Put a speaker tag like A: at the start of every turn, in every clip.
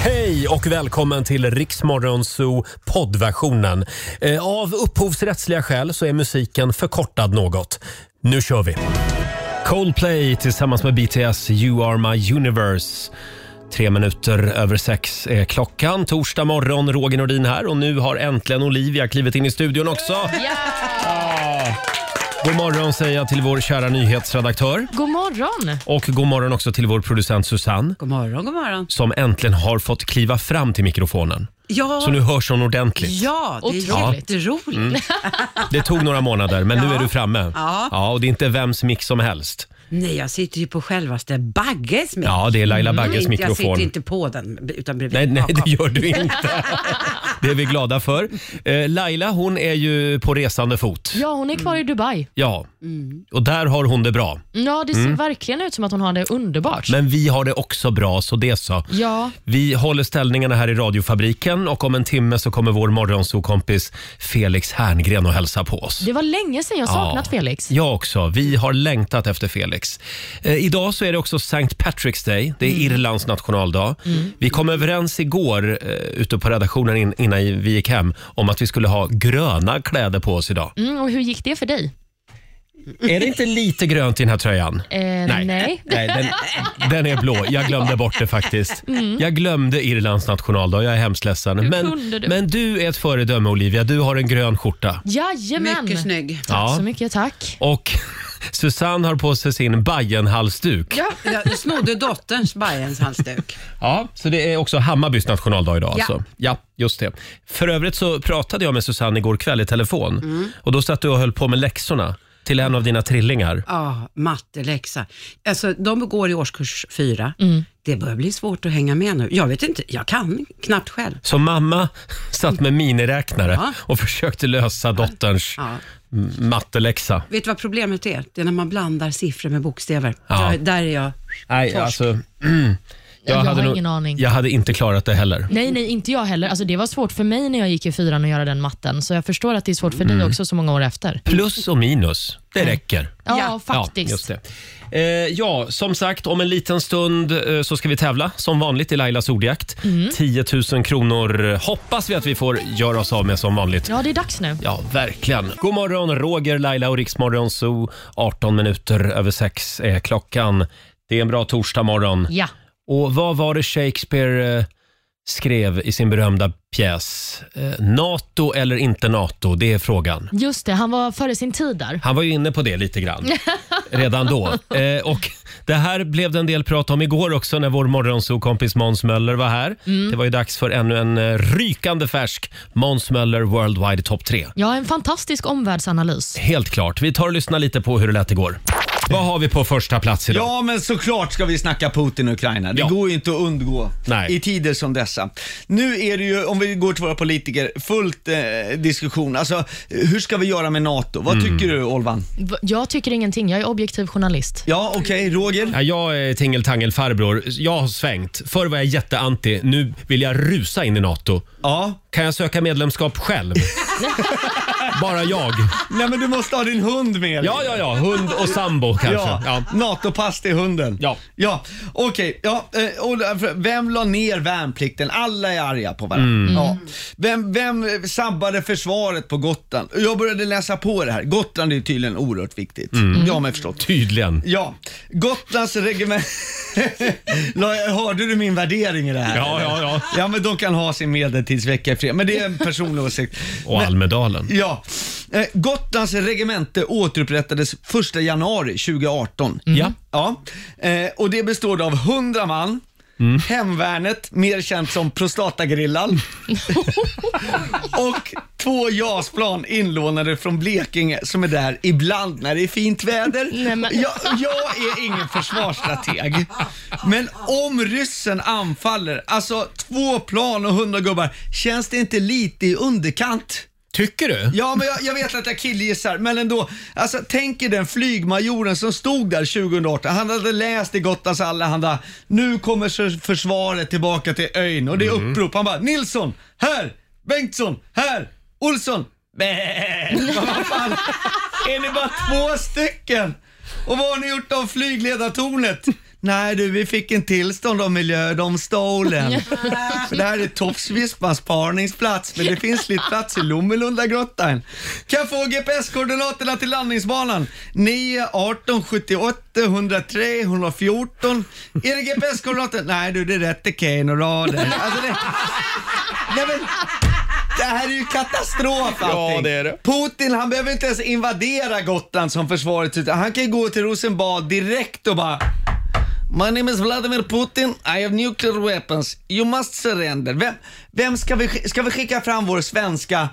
A: Hej och välkommen till Riksmorgonzoo poddversionen. Eh, Av upphovsrättsliga skäl så är musiken förkortad något. Nu kör vi! Coldplay tillsammans med BTS You Are My Universe. Tre minuter över sex är klockan. Torsdag morgon, Roger Nordin här och nu har äntligen Olivia klivit in i studion också. Ah. God morgon säger jag till vår kära nyhetsredaktör.
B: God morgon!
A: Och god morgon också till vår producent Susanne
C: God morgon, god morgon.
A: som äntligen har fått kliva fram till mikrofonen.
C: Ja,
A: Så nu Mm. hörs hon ordentligt.
C: ja det är
B: Otroligt.
C: jätteroligt.
A: Det tog några månader, men nu är du framme.
C: Ja.
A: och det är inte vems mick som helst.
C: Nej, jag sitter ju på självaste Bagges mikrofon.
A: Ja, det är Laila Bagges
C: Mm, Inte- Jag
A: mikrofon.
C: sitter inte på den, utan bredvid.
A: Nej, nej, det
C: bakom.
A: gör du inte. Det är vi glada för. Eh, Laila, hon är ju på resande fot.
B: Ja, hon är kvar i Dubai.
A: Ja,
C: Mm.
A: och där har hon det bra.
B: Ja, det ser verkligen ut som att hon har det underbart.
A: Mm. Men vi har det också bra, så det så.
B: Ja,
A: Vi håller ställningarna här i radiofabriken och om en timme så kommer vår morgonsokompis Felix Herngren och hälsa på oss.
B: det var länge sedan jag saknat
A: Ja.
B: Felix.
A: Jag också. Vi har längtat efter Felix. Eh, idag så är det också St. Patrick's Day. Det är
B: Mm.
A: Irlands nationaldag. Vi kom överens igår eh, ute på redaktionen in, innan vi gick hem om att vi skulle ha gröna kläder på oss idag.
B: Mm, och hur gick det för dig? Mm.
A: Är det inte lite grönt i den här tröjan?
B: Eh, nej.
A: Nej, den, den är blå. Jag glömde bort det faktiskt.
B: Mm.
A: Jag glömde Irlands nationaldag. Jag är hemskt ledsen. Men,
B: kunde du.
A: men du är ett föredöme Olivia. Du har en grön skjorta.
B: Jajamän!
C: Mycket snygg.
B: Tack
A: Ja.
B: så mycket, tack.
A: Och Susanne har på sig sin Bajenhalsduk.
C: Jag snodde dotterns Bajens halsduk.
A: Ja, så det är också Hammarbys nationaldag idag
C: Ja.
A: alltså. Ja, just det. För övrigt så pratade jag med Susanne igår kväll i telefon och då satt du och höll på med läxorna till en av dina trillingar.
C: Ja, matteläxa. Alltså, de går i årskurs fyra. Det börjar bli svårt att hänga med nu. Jag vet inte, jag kan knappt själv.
A: Så mamma satt med miniräknare
C: Ja.
A: och försökte lösa dotterns
C: Ja.
A: m- matteläxa.
C: Vet du vad problemet är? Det är när man blandar siffror med bokstäver.
A: Ja.
C: Där, där är jag.
A: Nej,
C: Torsk.
A: alltså, mm,
B: Jag har
A: nog-
B: ingen aning. Mm.
A: Jag hade inte klarat det heller.
B: Nej, nej, inte jag heller. Alltså, det var svårt för mig när jag gick i fyran att göra den matten, så jag förstår att det är svårt för
A: Mm.
B: dig också så många år efter.
A: Plus och minus, det räcker.
B: Ja,
C: Ja,
B: faktiskt.
A: Ja, just det. Eh, ja, som sagt, om en liten stund eh, så ska vi tävla som vanligt i Lailas ordjakt.
B: Mm.
A: 10 000 kronor eh, hoppas vi att vi får göra oss av med som vanligt.
B: Ja, det är dags nu.
A: Ja, verkligen. God morgon, Roger, Laila och Riksmorgon Zoo. 18 minuter över sex är klockan. Det är en bra torsdagmorgon.
B: Ja.
A: Och vad var det Shakespeare eh, skrev i sin berömda pjäs? Eh, Nato eller inte Nato, det är frågan.
B: Just det, han var före sin tid där.
A: Han var ju inne på det lite grann redan då. Eh, och det här blev det en del prat om igår också när vår morgonsokompis Måns Möller var här. Det var ju dags för ännu en eh, rykande färsk Måns Möller Worldwide Top 3.
B: Ja, en fantastisk omvärldsanalys.
A: Helt klart. Vi tar och lyssnar lite på hur det lät igår. Vad har vi på första plats idag?
D: Ja, men såklart ska vi snacka Putin och Ukraina. Det
A: Ja.
D: går ju inte att undgå
A: Nej.
D: i tider som dessa. Nu är det ju, om vi går till våra politiker, fullt eh, diskussion. Alltså, hur ska vi göra med NATO? Vad
A: Mm.
D: tycker du, Olvan?
B: V- Jag tycker ingenting, jag är objektiv journalist.
D: Ja, okej, Roger?
A: Ja, jag är tingeltangelfarbror. Jag har svängt. Förr var jag jätteanti. Nu vill jag rusa in i NATO.
D: Ja.
A: Kan jag söka medlemskap själv? Bara jag.
D: Nej, men du måste ha din hund med dig.
A: Ja, ja, ja. Hund och sambo kanske.
D: Ja,
A: Ja.
D: NATO-pass till hunden.
A: Ja.
D: ja. Okej, ja, eh, och därför, vem la ner värnplikten? Alla är arga på varandra.
A: Mm.
D: Ja. Vem, vem sabbade försvaret på Gotland? Jag började läsa på det här. Gotland är tydligen oerhört viktigt.
A: Mm.
D: Det har man förstått.
A: Tydligen.
D: Ja, Gotlands regemente... Hörde du min värdering i det här?
A: Ja, ja, ja.
D: Ja, men de kan ha sin medeltidsvecka i fred. Men det är en personlig åsikt.
A: Och Almedalen.
D: Ja. Eh, Gotlands regemente återupprättades 1 januari 2018.
B: Mm.
A: Ja.
D: Ja, eh, och det består av 100 man,
B: Mm.
D: Hemvärnet, mer känt som Prostatagrillan, och två JAS-plan inlånade från Blekinge som är där ibland när det är fint väder.
B: Nej, men-
D: jag, jag är ingen försvarsstrateg, men om ryssen anfaller, alltså två plan och 100 gubbar, känns det inte lite i underkant?
A: Tycker du?
D: Ja, men jag, jag vet att jag killgissar, men ändå. Alltså, tänk er den flygmajoren som stod där 2018. Han hade läst i Gotlands Allehanda. Nu kommer förs- försvaret tillbaka till ön och det är upprop. Han bara, Nilsson, här! Bengtsson, här! Olsson, Bäh. Men vad fan, är ni bara två stycken? Och vad har ni gjort av flygledartornet? Nej du, vi fick en tillstånd av miljö, de stol den. Så det här är Tofsvispans parningsplats, men det finns lite plats i Lommelundagrottan. Kan få GPS-koordinaterna till landningsbanan? 9, 18, 78, 103, 114. Är det GPS-koordinater? Nej du, det räcker Kane och rader. Alltså det... Nej, men... Det här är ju katastrof allting.
E: Ja, det är det.
D: Putin han behöver inte ens invadera Gotland som försvaret utan han kan ju gå till Rosenbad direkt och bara My name is Vladimir Putin, I have nuclear weapons, you must surrender. Vem, vem ska, vi, sk- ska vi skicka fram vår svenska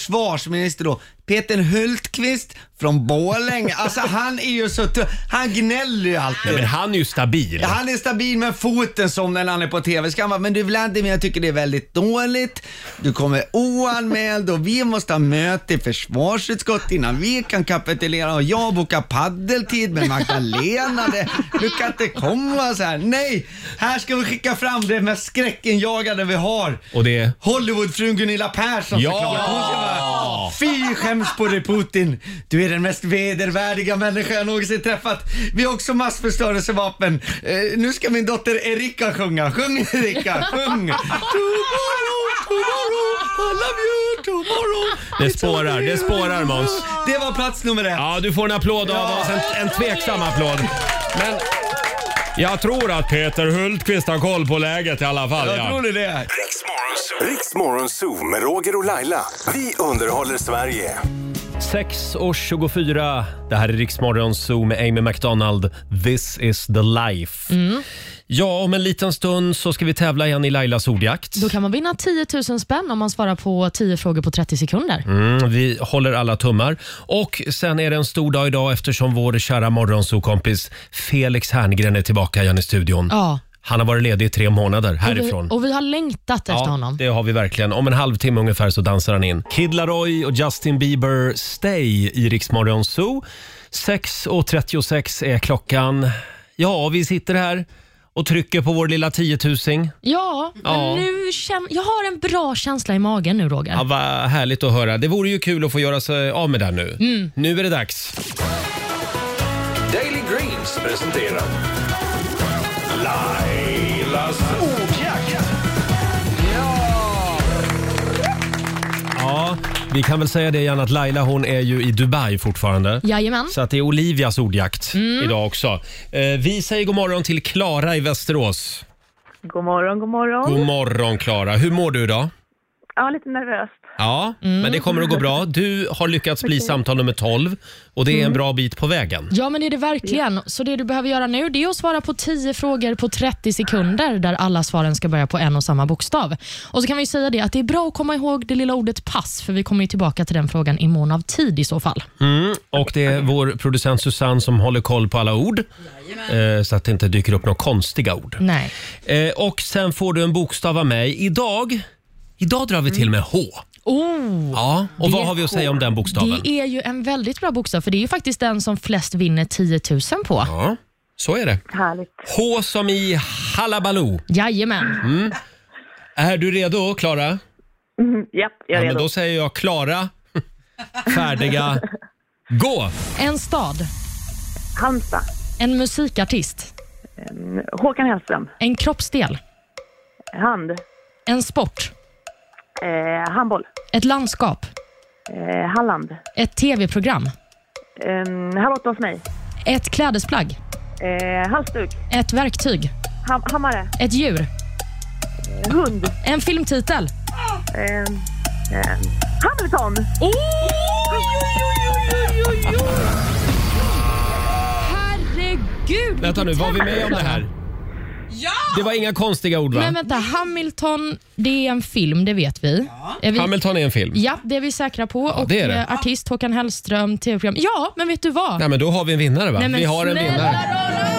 D: försvarsminister då? Peter Hultqvist från Borlänge. Alltså han är ju så tö- Han gnäller ju alltid.
A: Nej, men han är ju stabil.
D: Ja, han är stabil med foten som när han är på TV. Ska han vara, men du Vladimir, jag tycker det är väldigt dåligt. Du kommer oanmäld och vi måste ha möte i försvarsutskottet innan vi kan kapitulera och jag bokar paddeltid med Magdalena. Det, du kan inte komma så här. Nej, här ska vi skicka fram det mest skräckinjagande vi har.
A: Och det är?
D: Hollywoodfrun Gunilla Persson
A: Ja!
D: såklart. Hon ska vara, Fy skäms på dig Putin. Du är den mest vedervärdiga människa jag någonsin träffat. Vi har också massförstörelsevapen. Eh, nu ska min dotter Erika sjunga. Sjung Erika, sjung! Tomorrow, tomorrow, I love you tomorrow.
A: Det
D: It's
A: spårar,
D: only
A: det
D: you.
A: spårar, Måns.
D: Det var plats nummer ett.
A: Ja, du får en applåd av oss. En, en tveksam applåd. Men jag tror att Peter Hultqvist har koll på läget i alla fall.
D: jag
A: ja.
D: tror det. är det.
F: Riksmorgon Zoo med Roger och Laila. Vi underhåller Sverige.
A: 6 och 24. Det här är Riksmorgon Zoo med Amy McDonald. This is the life.
D: Mm.
A: Ja, om en liten stund så ska vi tävla igen i Lailas ordjakt.
B: Då kan man vinna 10 000 spänn om man svarar på 10 frågor på 30 sekunder.
A: Mm, vi håller alla tummar. Och sen är det en stor dag idag eftersom vår kära morgonsokompis Felix Herngren är tillbaka igen i studion.
B: Ja.
A: Han har varit ledig i tre månader härifrån.
B: Och vi, och vi har längtat efter honom.
A: det har vi verkligen. Om en halvtimme ungefär så dansar han in. Kid Laroi och Justin Bieber, Stay i Rix Morgon Zoo. 6.36 är klockan. Ja, vi sitter här och trycker på vår lilla tiotusing.
B: Ja, men
A: Ja.
B: nu känner... Jag har en bra känsla i magen nu, Roger.
A: Ja, vad härligt att höra. Det vore ju kul att få göra sig av med den nu. Nu är det dags.
E: Daily Greens presenterar Lailas ordjakt.
A: Ja, vi kan väl säga det igen att Laila hon är ju i Dubai fortfarande.
B: Jajamän.
A: Så att det är Olivias ordjakt idag också. Eh, vi säger god morgon till Klara i Västerås.
G: God morgon, god morgon.
A: God morgon Klara. Hur mår du idag?
G: Ja, lite nervöst.
A: Ja, men det kommer att gå bra. Du har lyckats bli samtal nummer 12 och det är en bra bit på vägen.
B: Ja, men det är det verkligen. Så det du behöver göra nu det är att svara på 10 frågor på 30 sekunder där alla svaren ska börja på en och samma bokstav. Och så kan vi säga det att det är bra att komma ihåg det lilla ordet pass för vi kommer ju tillbaka till den frågan i mån av tid i så fall.
A: Mm. Och det är vår producent Susanne som håller koll på alla ord. Eh, så att det inte dyker upp några konstiga ord.
B: Nej.
A: Eh, och sen får du en bokstav av mig. Idag, idag drar vi till med H.
B: Oh,
A: Ja, och vad
B: Det-
A: har vi att säga om den bokstaven?
B: det är ju en väldigt bra bokstav för det är ju faktiskt den som flest vinner 10 000 på.
A: Ja, så är det.
G: Härligt.
A: H som i Hallabaloo.
B: Jajamän.
A: Är du redo, Klara?
G: Mm, Japp, jag
A: Ja,
G: är
A: men
G: redo.
A: då säger jag Klara, färdiga, gå!
B: En stad,
G: Halmstad.
B: en musikartist,
G: Mm, Håkan Hellström.
B: en kroppsdel,
G: Hand.
B: en sport,
G: Eh, handboll.
B: ett landskap,
G: Eh, Halland.
B: ett tv-program,
G: Eh, Hallå hos mig.
B: ett klädesplagg,
G: Eh, halsduk.
B: ett verktyg,
G: Ham hammare.
B: ett djur,
G: Hund.
B: En filmtitel.
G: Eh, eh, Hamilton.
B: Herregud!
A: Vänta nu,
B: vilken
A: var vi med om
B: tävling.
A: det här? Det var inga konstiga ord, va?
B: Men vänta, Hamilton, det är en film, det vet vi. Är vi
A: Hamilton är en film.
B: ja, det är vi säkra på. och
A: det är det.
B: eh, artist Håkan Hellström, tv-program. Ja, men vet du vad?
A: Nej, men då har vi en vinnare, va?
B: Nej, men
A: vi har en
B: snälla
A: vinnare.
B: rara!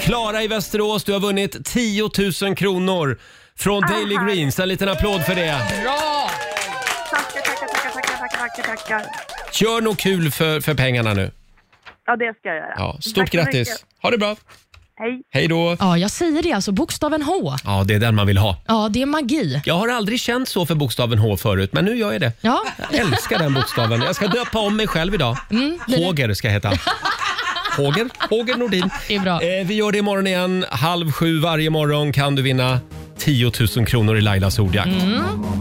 A: Klara i Västerås, du har vunnit 10 000 kronor från
B: Ah,
A: Daily Greens. En liten applåd för det.
G: Tackar, tackar, tackar, tackar, tackar, tackar, tackar.
A: Gör något kul för, för pengarna nu.
G: Ja, det ska jag göra.
A: Ja, stort
G: Tack så
A: grattis.
G: mycket.
A: Ha det bra.
G: Hej.
A: Hej då!
B: Ja, jag säger det alltså. Bokstaven H.
A: Ja, det är den man vill ha.
B: Ja, det är magi.
A: Jag har aldrig känt så för bokstaven H förut, men nu gör jag det.
B: Ja,
A: Jag älskar den bokstaven. Jag ska döpa om mig själv idag.
B: Mm,
A: Håger ska jag heta. Håger, Håger Nordin.
B: Det är bra.
A: Eh, vi gör det imorgon igen. Halv sju varje morgon kan du vinna 10 000 kronor i Lailas ordjakt.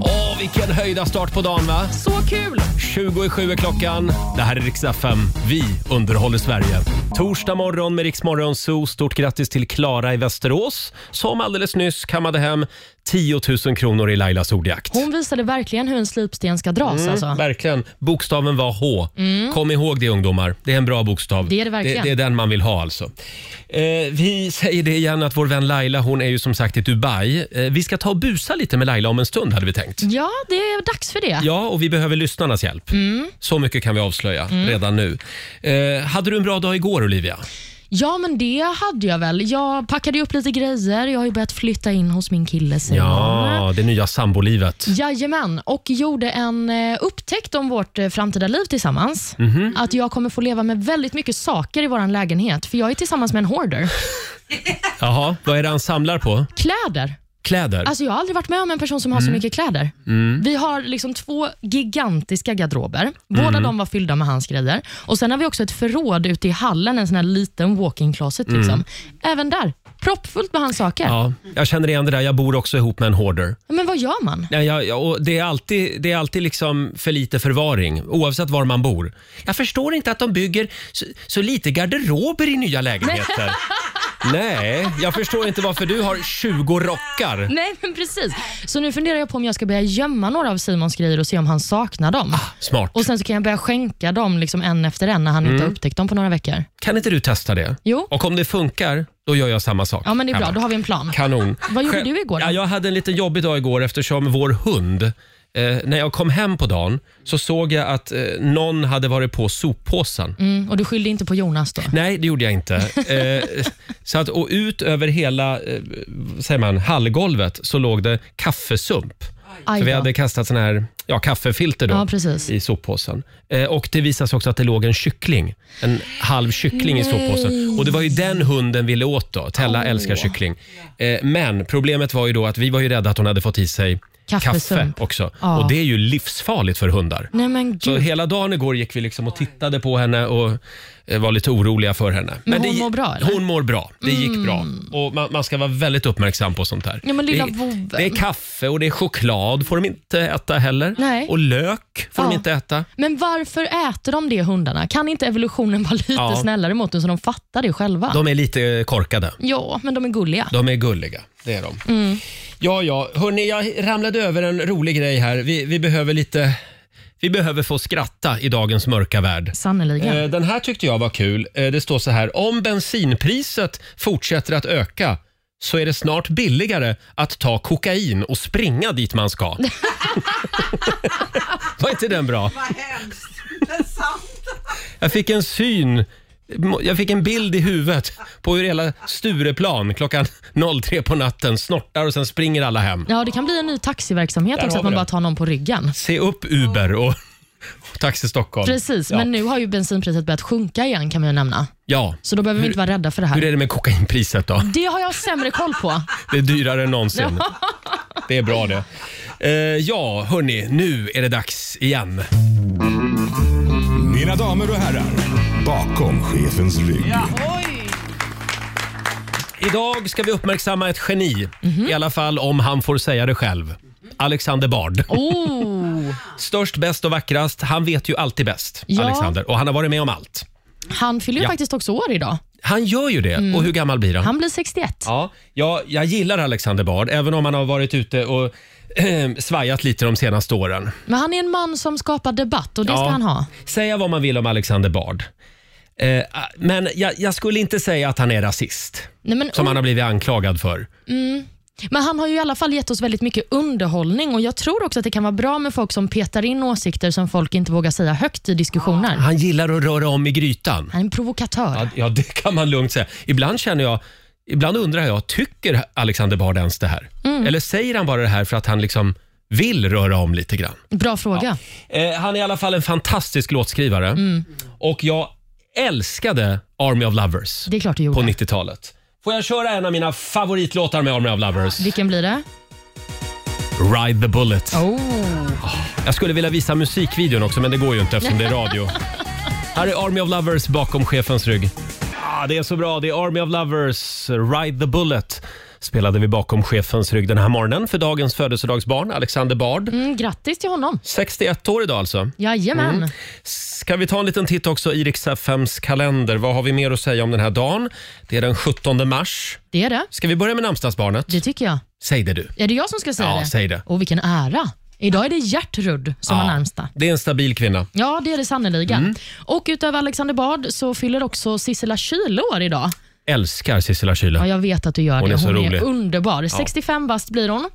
A: Åh, vilken höjda start på dagen va?
B: så kul!
A: 27 är klockan. Det här är riksdag 5. Vi underhåller Sverige. Torsdag morgon med Riksmorgon Zoo. Stort grattis till Klara i Västerås som alldeles nyss kammade hem 10 000 kronor i Lailas ordjakt.
B: Hon visade verkligen hur en slipsten ska dras. alltså.
A: Verkligen. Bokstaven var H. Kom ihåg det ungdomar. Det är en bra bokstav.
B: Mm. Det är det verkligen.
A: Det, är den man vill ha alltså. Eh, vi säger det igen att vår vän Laila, hon är ju som sagt i Dubai. Eh, vi ska ta och busa lite med Laila om en stund hade vi tänkt.
B: Ja, det är dags för det.
A: Ja, och vi behöver lyssnarnas hjälp.
B: Mm.
A: Så mycket kan vi avslöja redan nu. Eh, hade du en bra dag igår Olivia?
B: Ja, men det hade jag väl. Jag packade ju upp lite grejer. Jag har ju börjat flytta in hos min kille sen.
A: Ja, det nya sambolivet.
B: Jajamän, och gjorde en eh, upptäckt om vårt eh, framtida liv tillsammans.
A: Mhm.
B: Att jag kommer få leva med väldigt mycket saker i vår lägenhet, för jag är tillsammans med en hoarder.
A: Jaha, vad är det han samlar på?
B: Kläder.
A: Kläder?
B: Alltså jag har aldrig varit med om en person som har
A: Mm.
B: så mycket kläder. Vi har liksom två gigantiska garderober. Båda
A: Mm.
B: de var fyllda med hans grejer. Och Sen har vi också ett förråd ute i hallen, en sån här liten walk-in closet. Liksom. Även där, proppfullt med hans saker.
A: Mm. Ja, jag känner igen det där. Jag bor också ihop med en hoarder.
B: Men vad gör man?
A: Nej, jag, jag, och det är alltid, det är alltid liksom för lite förvaring, oavsett var man bor. Jag förstår inte att de bygger så, så lite garderober i nya lägenheter. Nej, jag förstår inte varför du har 20 rockar.
B: Nej, men precis. Så nu funderar jag på om jag ska börja gömma några av Simons grejer och se om han saknar dem.
A: Ah, Smart.
B: Och Sen så kan jag börja skänka dem liksom en efter en när han
A: Mm.
B: inte har upptäckt dem på några veckor.
A: Kan inte du testa det?
B: Jo.
A: Och om det funkar, då gör jag samma sak.
B: Ja, men det är bra.
A: Hemma.
B: Då har vi en plan.
A: Kanon.
B: Vad gjorde
A: Själv-
B: du igår då?
A: Ja, jag hade en lite jobbig dag igår eftersom vår hund, eh, när jag kom hem på dagen, så såg jag att eh, någon hade varit på soppåsen.
B: Mm, och du skyllde inte på Jonas då?
A: Nej, det gjorde jag inte. Eh, så att, och ut över hela eh, vad säger man, hallgolvet så låg det kaffesump.
B: Aj
A: Så vi
B: då.
A: hade kastat sån här, ja, kaffefilter då,
B: Ja, precis.
A: i soppåsen. Eh, och det visade sig också att det låg en kyckling. En halv kyckling i soppåsen. Och det var ju den hunden ville åt då. Tella älskar kyckling. Eh, men problemet var ju då att vi var ju rädda att hon hade fått i sig kaffe
B: Kaffesump.
A: också.
B: Ja.
A: Och det är ju livsfarligt för hundar.
B: Nej, men gud.
A: Så hela dagen igår gick vi liksom och tittade på henne och eh, var lite oroliga för henne. Men,
B: hon
A: det,
B: mår bra, eller? Mm.
A: Hon mår bra. Det gick bra. Och man, man ska vara väldigt uppmärksam på sånt här.
B: Ja, men lilla
A: det,
B: vovven.
A: det är kaffe och det är choklad får de inte äta heller.
B: Nej.
A: Och lök får
B: Ja.
A: de inte äta.
B: Men varför äter de det hundarna? Kan inte evolutionen vara lite
A: Ja.
B: snällare mot dem så de fattar det själva?
A: De är lite korkade.
B: Ja, men de är gulliga.
A: De är gulliga, det är de.
B: Mm.
A: Ja, ja. Hörni, jag ramlade över en rolig grej här. Vi, vi behöver lite... Vi behöver få skratta i dagens mörka värld.
B: Sannerligen.
A: Eh, Den här tyckte jag var kul. Eh, Det står så här. Om bensinpriset fortsätter att öka så är det snart billigare att ta kokain och springa dit man ska. var inte den bra?
C: Vad hemskt. Det är sant.
A: Jag fick en syn. Jag fick en bild i huvudet på hur hela Stureplan klockan 03 på natten snortar och sen springer alla hem.
B: Ja, det kan bli en ny taxiverksamhet
A: Där
B: också,
A: har
B: att
A: vi
B: man
A: det.
B: bara tar någon på ryggen.
A: Se upp Uber och, och Taxi Stockholm.
B: Precis,
A: Ja.
B: men nu har ju bensinpriset börjat sjunka igen kan man ju nämna.
A: ja.
B: Så då behöver vi inte vara rädda för det här.
A: Hur är det med kokainpriset då?
B: Det har jag sämre koll på.
A: Det är dyrare än någonsin. Det är bra det. Eh, ja, hörni, nu är det dags igen.
E: Mina damer och herrar, bakom chefens rygg.
A: Idag ska vi uppmärksamma ett geni, i alla fall om han får säga det själv. Alexander Bard.
B: Oh,
A: Störst, bäst och vackrast. Han vet ju alltid bäst,
B: Ja.
A: Alexander. Och han har varit med om allt.
B: han fyller ju
A: Ja.
B: faktiskt också år idag.
A: Han gör ju det. Och hur gammal blir han?
B: Han blir 61.
A: Ja, jag, jag gillar Alexander Bard, även om han har varit ute och svajat lite de senaste åren.
B: Men han är en man som skapar debatt och det ska
A: Ja.
B: han ha.
A: Säga vad man vill om Alexander Bard. Eh, men jag, jag skulle inte säga att han är rasist.
B: Nej, men,
A: som han har blivit anklagad för.
B: Men han har ju i alla fall gett oss väldigt mycket underhållning och jag tror också att det kan vara bra med folk som petar in åsikter som folk inte vågar säga högt i diskussioner.
A: Han gillar att röra om i grytan.
B: Han är en provokatör.
A: Ja, Ja, det kan man lugnt säga. Ibland känner jag, ibland undrar jag, tycker Alexander Bard ens det här?
B: Mm.
A: Eller säger han bara det här för att han liksom vill röra om lite grann?
B: Bra fråga.
A: Eh, han är i alla fall en fantastisk låtskrivare
B: Mm.
A: och jag älskade Army of Lovers
B: Det är klart du gjorde.
A: på 90-talet. Får jag köra en av mina favoritlåtar med Army of Lovers?
B: Vilken blir det?
A: Ride the Bullet.
B: Oh.
A: Jag skulle vilja visa musikvideon också, men det går ju inte eftersom det är radio. Här är Army of Lovers bakom chefens rygg. Ah, det är så bra. Det är Army of Lovers, Ride the Bullet spelade vi bakom chefens rygg den här morgonen för dagens födelsedagsbarn, Alexander Bard.
B: Mm, grattis till honom.
A: 61 år idag alltså.
B: Jajamän.
A: Ska vi ta en liten titt också i Riks-FMs kalender? Vad har vi mer att säga om den här dagen? Det är den 17 mars.
B: Det är det.
A: Ska vi börja med namnsdagsbarnet?
B: Det tycker jag.
A: Säg det du.
B: Är det jag som ska säga
A: Ja,
B: det?
A: säg det.
B: Och vilken ära. Idag är det Gertrud som har närmsta.
A: Det är en stabil kvinna.
B: Ja, det är det sannerligen.
A: Mm.
B: Och utöver Alexander Bard så fyller också Sissela Kyle år idag.
A: Älskar Sissela Kyle.
B: Ja, jag vet att du gör
A: Hon
B: det.
A: är så
B: hon
A: rolig.
B: är underbar. 65 bast blir hon.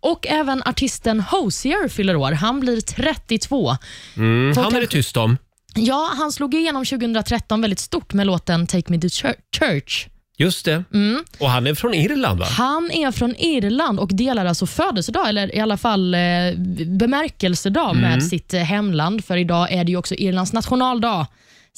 B: Och även artisten Hosier fyller år. Han blir 32.
A: Mm,
B: Folk
A: han är det
B: kanske-
A: tyst om.
B: Ja, han slog igenom 2013 väldigt stort med låten Take Me To Chur- Church.
A: Just det.
B: Mm.
A: Och han är från Irland va?
B: Han är från Irland och delar alltså födelsedag, eller i alla fall eh, bemärkelsedag
A: Mm.
B: med sitt eh, hemland. För idag är det ju också Irlands nationaldag.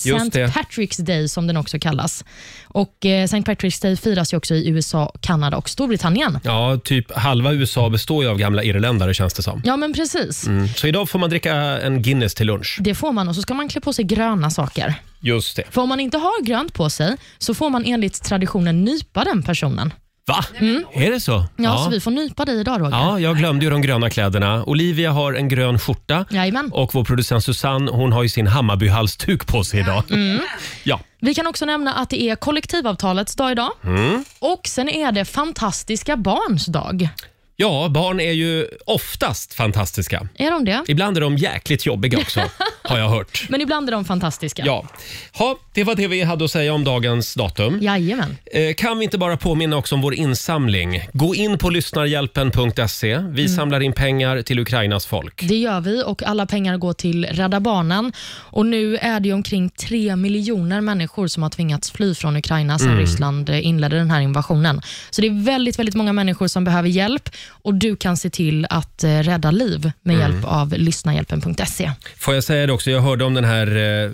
A: Just
B: St.
A: det.
B: Patrick's Day som den också kallas. Och eh, St. Patrick's Day firas ju också i USA, Kanada och Storbritannien.
A: Ja, typ halva USA består ju av gamla irländare känns det som.
B: Ja, men precis.
A: Mm. Så idag får man dricka en Guinness till lunch.
B: Det får man och så ska man klä på sig gröna saker.
A: Just det.
B: För om man inte har grönt på sig så får man enligt traditionen nypa den personen.
A: Va? Är det så? Ja,
B: Mm. Ja, så vi får nypa dig idag Roger.
A: ja, jag glömde ju de gröna kläderna. Olivia har en grön skjorta.
B: Jajamän.
A: Och vår producent Susanne, hon har ju sin Hammarbyhalsduk på sig idag.
B: Mm.
A: Ja,
B: Vi kan också nämna att det är kollektivavtalets dag idag.
A: Mm.
B: Och sen är det fantastiska barns dag.
A: ja, barn är ju oftast fantastiska.
B: Är de det?
A: Ibland är de jäkligt jobbiga också, har jag hört.
B: Men ibland är de fantastiska.
A: Ja, ha, det var det vi hade att säga om dagens datum.
B: Jajamän.
A: Eh, Kan vi inte bara påminna också om vår insamling? Gå in på lyssnarhjälpen.se. Vi
B: Mm.
A: samlar in pengar till Ukrainas folk.
B: Det gör vi och alla pengar går till Rädda Barnen. Och nu är det ju omkring 3 miljoner människor som har tvingats fly från Ukraina sedan Ryssland eh, inledde den här invasionen. Så det är väldigt, väldigt många människor som behöver hjälp och du kan se till att eh, rädda liv med hjälp av lyssnahjälpen.se.
A: Får jag säga det också, jag hörde om den här eh,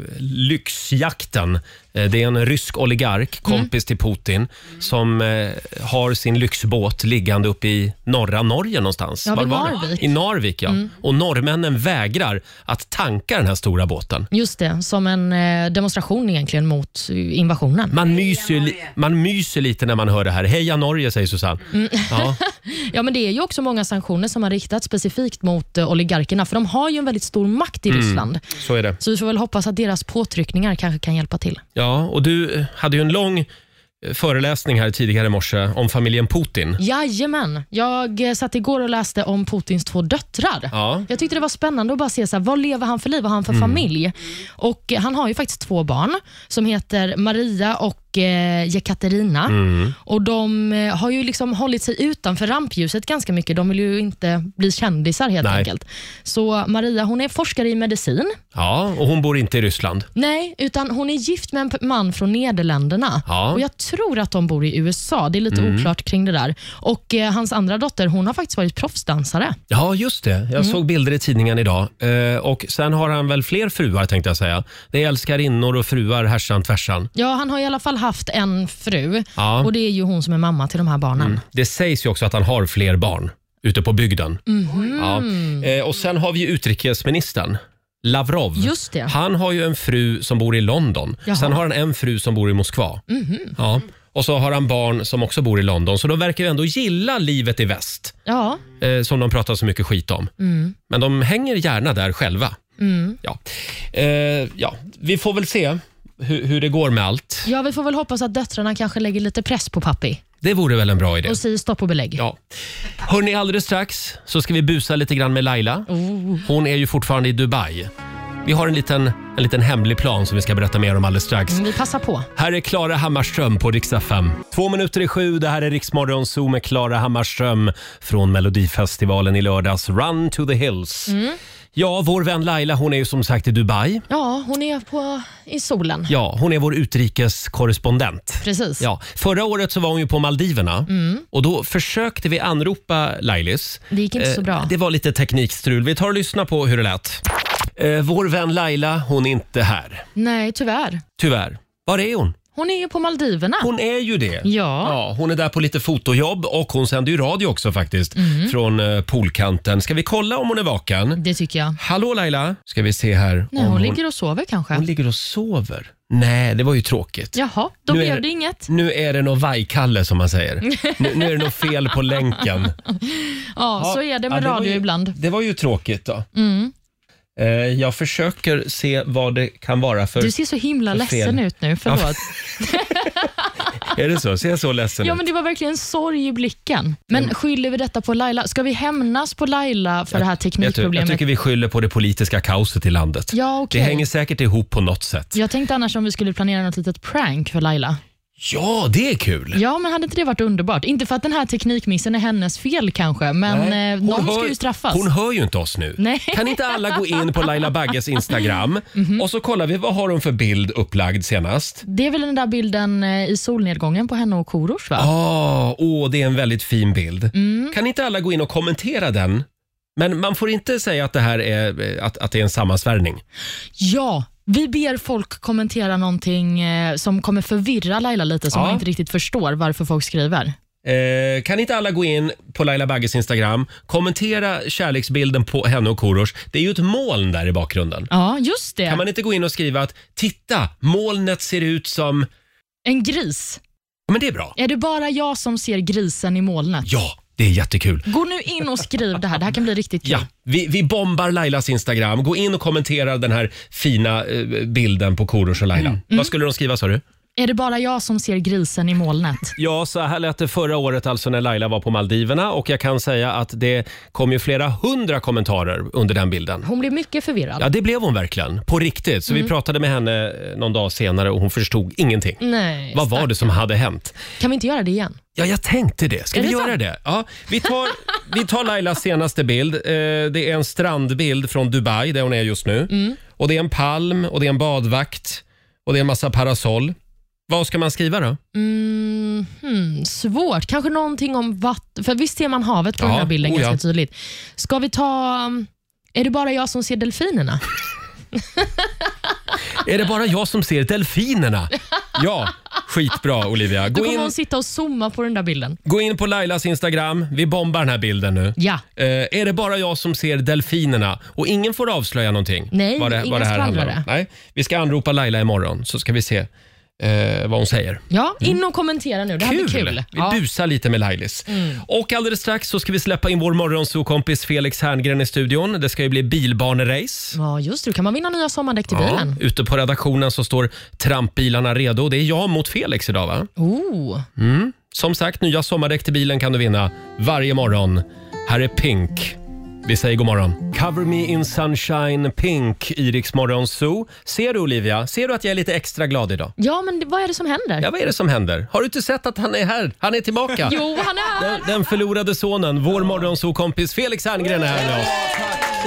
A: lyxjakten. Eh, det är en rysk oligark,
B: Mm.
A: kompis till Putin, som eh, har sin lyxbåt liggande uppe i norra Norge någonstans.
B: Ja, vid
A: var det?
B: Narvik. Mm.
A: I Narvik, ja. Och norrmännen vägrar att tanka den här stora båten.
B: Just det, som en eh, demonstration egentligen mot eh, invasionen.
A: Man myser, ju li- man myser lite när man hör det här. Heja Norge, säger Susanne.
B: Mm.
A: Ja.
B: Ja, men det är ju också många sanktioner som har riktats specifikt mot eh, oligarkerna, för de har ju en väldigt stor makt i Ryssland.
A: Så är det.
B: Så vi får väl hoppas att deras påtryckningar kanske kan hjälpa till.
A: Ja, och du eh, hade ju en lång eh, föreläsning här tidigare i morse om familjen Putin.
B: Jajamän. Jag eh, satt igår och läste om Putins två döttrar.
A: Ja. Mm.
B: Jag tyckte det var spännande att bara se så här, vad lever han för liv, vad har han för familj? Och eh, Han har ju faktiskt två barn som heter Maria och eh, Jekaterina.
A: Mm.
B: Och de eh, har ju liksom hållit sig utanför rampljuset ganska mycket. De vill ju inte bli kändisar helt
A: Nej.
B: enkelt. Så Maria hon är forskare i medicin.
A: Ja, och hon bor inte i Ryssland.
B: Nej, utan hon är gift med en p- man från Nederländerna.
A: Ja. Mm.
B: Och Jag tror att de bor i USA. Det är lite oklart kring det där. Och eh, Hans andra dotter hon har faktiskt varit proffsdansare.
A: Ja, just det. Jag såg bilder i tidningen idag. Eh, och Sen har han väl fler fruar tänkte jag säga. Det är älskarinnor och fruar härsan tvärsan.
B: Ja, Han har i alla fall haft en fru
A: Ja. Mm.
B: och det är ju hon som är mamma till de här barnen.
A: Det sägs ju också att han har fler barn ute på bygden. Ja. Eh, och Sen har vi ju utrikesministern. Lavrov.
B: Just det.
A: Han har ju en fru som bor i London.
B: Jaha. Mhm.
A: Sen har han en fru som bor i Moskva. Ja. Och så har han barn som också bor i London. Så de verkar ju ändå gilla livet i väst,
B: Ja,
A: eh, som de pratar så mycket skit om.
B: Mm.
A: Men de hänger gärna där själva. Ja. Eh, ja. Vi får väl se hur, hur det går med allt.
B: ja, vi får väl hoppas att döttrarna kanske lägger lite press på pappi
A: Det vore väl en bra idé.
B: och säger stopp och belägg.
A: Ja. Hörni, alldeles strax så ska vi busa lite grann med Laila.
B: Oh.
A: Hon är ju fortfarande i Dubai. Vi har en liten, en liten hemlig plan som vi ska berätta mer om alldeles strax.
B: Men Vi passar på.
A: Här är Klara Hammarström på riksdag 5. Två minuter i sju, det här är Riksmorgon Zoo med Klara Hammarström från Melodifestivalen i lördags, Run to the Hills. Ja, vår vän Laila hon är ju som sagt i Dubai.
B: Mm. Ja, hon är på, i solen.
A: Ja, hon är vår utrikeskorrespondent.
B: Precis.
A: Ja, förra året så var hon ju på Maldiverna
B: Mm.
A: och då försökte vi anropa Lailis.
B: Det gick inte så
A: Eh,
B: bra.
A: Det var lite teknikstrul. Vi tar och lyssnar på hur det lät. Eh, vår vän Laila, hon är inte här.
B: Nej, tyvärr.
A: Tyvärr. Var är hon?
B: Hon är ju på Maldiverna.
A: Hon är ju det.
B: Ja.
A: hon är där på lite fotojobb och hon sänder ju radio också faktiskt
B: Mm.
A: från eh, poolkanten. Ska vi kolla om hon är vaken?
B: Det tycker jag.
A: Hallå Laila, ska vi se här.
B: Nej,
A: om
B: hon, ligger och sover kanske.
A: hon ligger och sover. Nej, det var ju tråkigt.
B: Jaha, då
A: Nu är
B: blev
A: det-
B: det, inget.
A: Nu är det nog vajkalle som man säger. nu, nu är det nog fel på länken.
B: Ja, så är det med
A: var
B: radio
A: ju,
B: ibland. Mm.
A: Det var ju tråkigt då. Eh, jag försöker se vad det kan vara för...
B: Du ser så himla
A: för fel.
B: ledsen ut nu. Förlåt.
A: Är det så? Ser jag så ledsen
B: Ja,
A: ut?
B: men det var verkligen sorg i blicken. Men skyller vi detta på Laila? Ska vi hämnas på Laila för det
A: Mm.
B: här
A: Jag, tror- jag
B: teknikproblemet?
A: tycker vi skyller på det politiska kaoset i landet.
B: Ja, okej.
A: Det hänger säkert ihop på något sätt.
B: Jag tänkte annars om vi skulle planera något litet prank för Laila.
A: Ja, det är kul!
B: Ja, men hade inte det varit underbart? Inte för att den här teknikmissen är hennes fel kanske, men
A: Nej.
B: eh,
A: Hon
B: någon
A: hör-
B: ska ju straffas.
A: Hon hör ju inte oss nu.
B: Nej.
A: Kan inte alla gå in på Laila Bagges Instagram
B: Mhm.
A: och så kollar vi vad har hon för bild upplagd senast?
B: Det är väl den där bilden eh, i solnedgången på henne och Korosh, va? Mm.
A: Ah, Åh, det är en väldigt fin bild. Kan inte alla gå in och kommentera den? Men man får inte säga att det här är, eh, att, att det är en sammansvärjning.
B: Ja, vi ber folk kommentera någonting eh, som kommer förvirra Laila lite, som
A: Ja.
B: man inte riktigt förstår varför folk skriver.
A: Eh, kan inte alla gå in på Laila Bagges Instagram, kommentera kärleksbilden på henne och Korosh. Det är ju ett moln där i bakgrunden.
B: Ja, just det.
A: Kan man inte gå in och skriva att titta, molnet ser ut som...
B: En gris.
A: Ja, men det är bra.
B: Är det bara jag som ser grisen i molnet?
A: Ja, det är jättekul.
B: Gå nu in och skriv det här. Det här kan bli riktigt kul.
A: Ja, vi, vi bombar Lailas Instagram. Gå in och kommentera den här fina eh, bilden på Korosh och Laila. Vad skulle de skriva sa du?
B: Är det bara jag som ser grisen i molnet?
A: Ja, så här lät det förra året alltså när Laila var på Maldiverna och jag kan säga att det kom ju flera hundra kommentarer under den bilden.
B: Hon blev mycket förvirrad.
A: Ja, det blev hon verkligen. På riktigt. Så vi pratade med henne eh, någon dag senare och hon förstod ingenting.
B: Nej.
A: Vad var det som hade hänt?
B: Kan vi inte göra det igen?
A: Ja, jag tänkte det. Ska
B: Är
A: vi
B: det
A: göra
B: sant?
A: det? Ja, vi, tar, vi tar Lailas senaste bild. Eh, det är en strandbild från Dubai, där hon är just nu.
B: Mm.
A: Och Det är en palm, och det är en badvakt och det är en massa parasoll. Vad ska man skriva då?
B: Hmm, svårt. Kanske någonting om vatten. För visst ser man havet på
A: Ja,
B: den här bilden
A: oh ja.
B: ganska tydligt. Ska vi ta... um, Är det bara jag som ser delfinerna?
A: Är det bara jag som ser delfinerna? Ja, skitbra Olivia.
B: Då
A: Gå
B: kommer
A: in,
B: hon sitta och zooma på den där bilden.
A: gå in på Lailas Instagram. Vi bombar den här bilden nu.
B: Ja.
A: Eh, är det bara jag som ser delfinerna? Och ingen får avslöja någonting.
B: Nej, inga skvallrare.
A: Nej, vi ska anropa Laila imorgon så ska vi se eh, vad hon säger.
B: Ja, in och kommentera nu. Det här blir kul.
A: Vi
B: Ja. Mm.
A: busar lite med Lailis. Och alldeles strax så ska vi släppa in vår morgonsokompis Felix Herngren i studion. Det ska ju bli bilbanerace.
B: ja, just det. Då kan man vinna nya sommardäck till bilen.
A: Ute på redaktionen så står trampbilarna redo. Det är jag mot Felix idag va?
B: Oh.
A: Som sagt, nya sommardäck till bilen kan du vinna varje morgon. Här är Pink. Vi säger god morgon. Cover me in sunshine, Pink, i Rix Morgon Zoo. Ser du Olivia, ser du att jag är lite extra glad idag?
B: Ja, men det, vad är det som händer?
A: Ja, vad är det som händer? Har du inte sett att han är här? Han är tillbaka.
B: Jo, han är här!
A: Den, den förlorade sonen, vår morgonsokompis Felix Herngren är här med oss.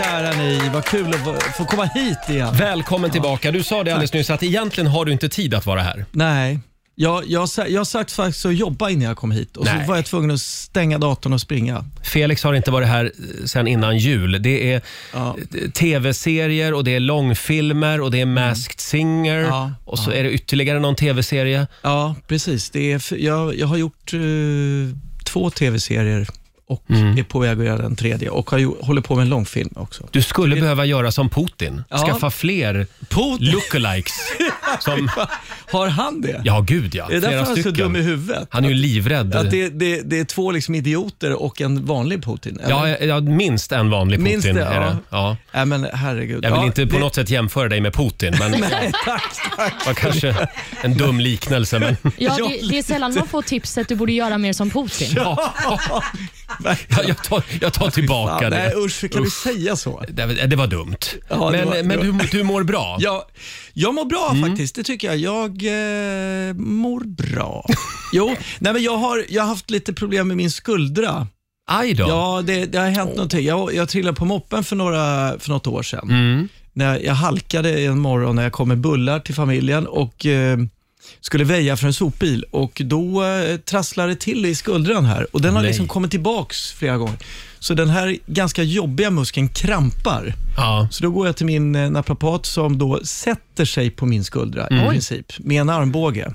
D: Kära ni, vad kul att få- få komma hit igen.
A: Välkommen tillbaka. Du sa det alldeles nyss att egentligen har du inte tid att vara här.
H: Nej. Jag, jag, sa- jag satt faktiskt och jobba innan jag kom hit och
A: Nej.
H: så var jag tvungen att stänga datorn och springa.
A: Felix har inte varit här eh, sen innan jul. Det är
H: Ja.
A: eh, tv-serier och det är långfilmer och det är Masked Singer
H: Mm. Ja,
A: och så är det ytterligare någon tv-serie.
H: Ja, precis. Det är, f- jag, jag har gjort eh, två tv-serier och
A: Mm.
H: är på väg att göra den tredje och har, ju- håller på med en långfilm också.
A: Du skulle behöva göra som Putin.
H: Ja.
A: Skaffa fler
H: Putin?
A: lookalikes. Som,
H: Har han det?
A: ja, gud ja.
H: Är det därför
A: Flera
H: han är så
A: stycken.
H: dum i huvudet?
A: Han är ju livrädd.
H: Att det, det, det är två liksom idioter och en vanlig Putin? eller?
A: Ja, ja, minst en vanlig Putin.
H: Minst det,
A: är det. Ja.
H: Nej, men herregud.
A: Jag vill
H: ja,
A: inte på
H: det,
A: något sätt jämföra dig med Putin, men det
H: Nej, tack, tack.
A: var kanske en dum liknelse. Men,
B: Ja, det, det är sällan man får tipset du borde göra mer som Putin.
A: ja, jag, tar, jag tar tillbaka
H: Fan,
A: det.
H: nej, usch, kan vi säga så?
A: Det, det var dumt.
H: Ja, det
A: men
H: var-
A: men
H: det var-
A: Du, du mår bra?
H: Ja, jag mår bra
D: Mm.
H: faktiskt, det tycker jag. Jag eh, mår bra. Jo, nej, men jag, har, jag har haft lite problem med min skuldra.
A: Aj då.
H: Ja, det, det har hänt någonting. Jag, jag trillade på moppen för, några, för något år sedan. När jag halkade en morgon när jag kom med bullar till familjen och eh, skulle väja för en sopbil och då eh, trasslade det till i skuldran här och den har
A: Nej.
H: liksom kommit tillbaks flera gånger. Så den här ganska jobbiga muskeln krampar.
A: Ja.
H: Så då går jag till min eh, naprapat som då sätter sig på min skuldra i princip, med en armbåge.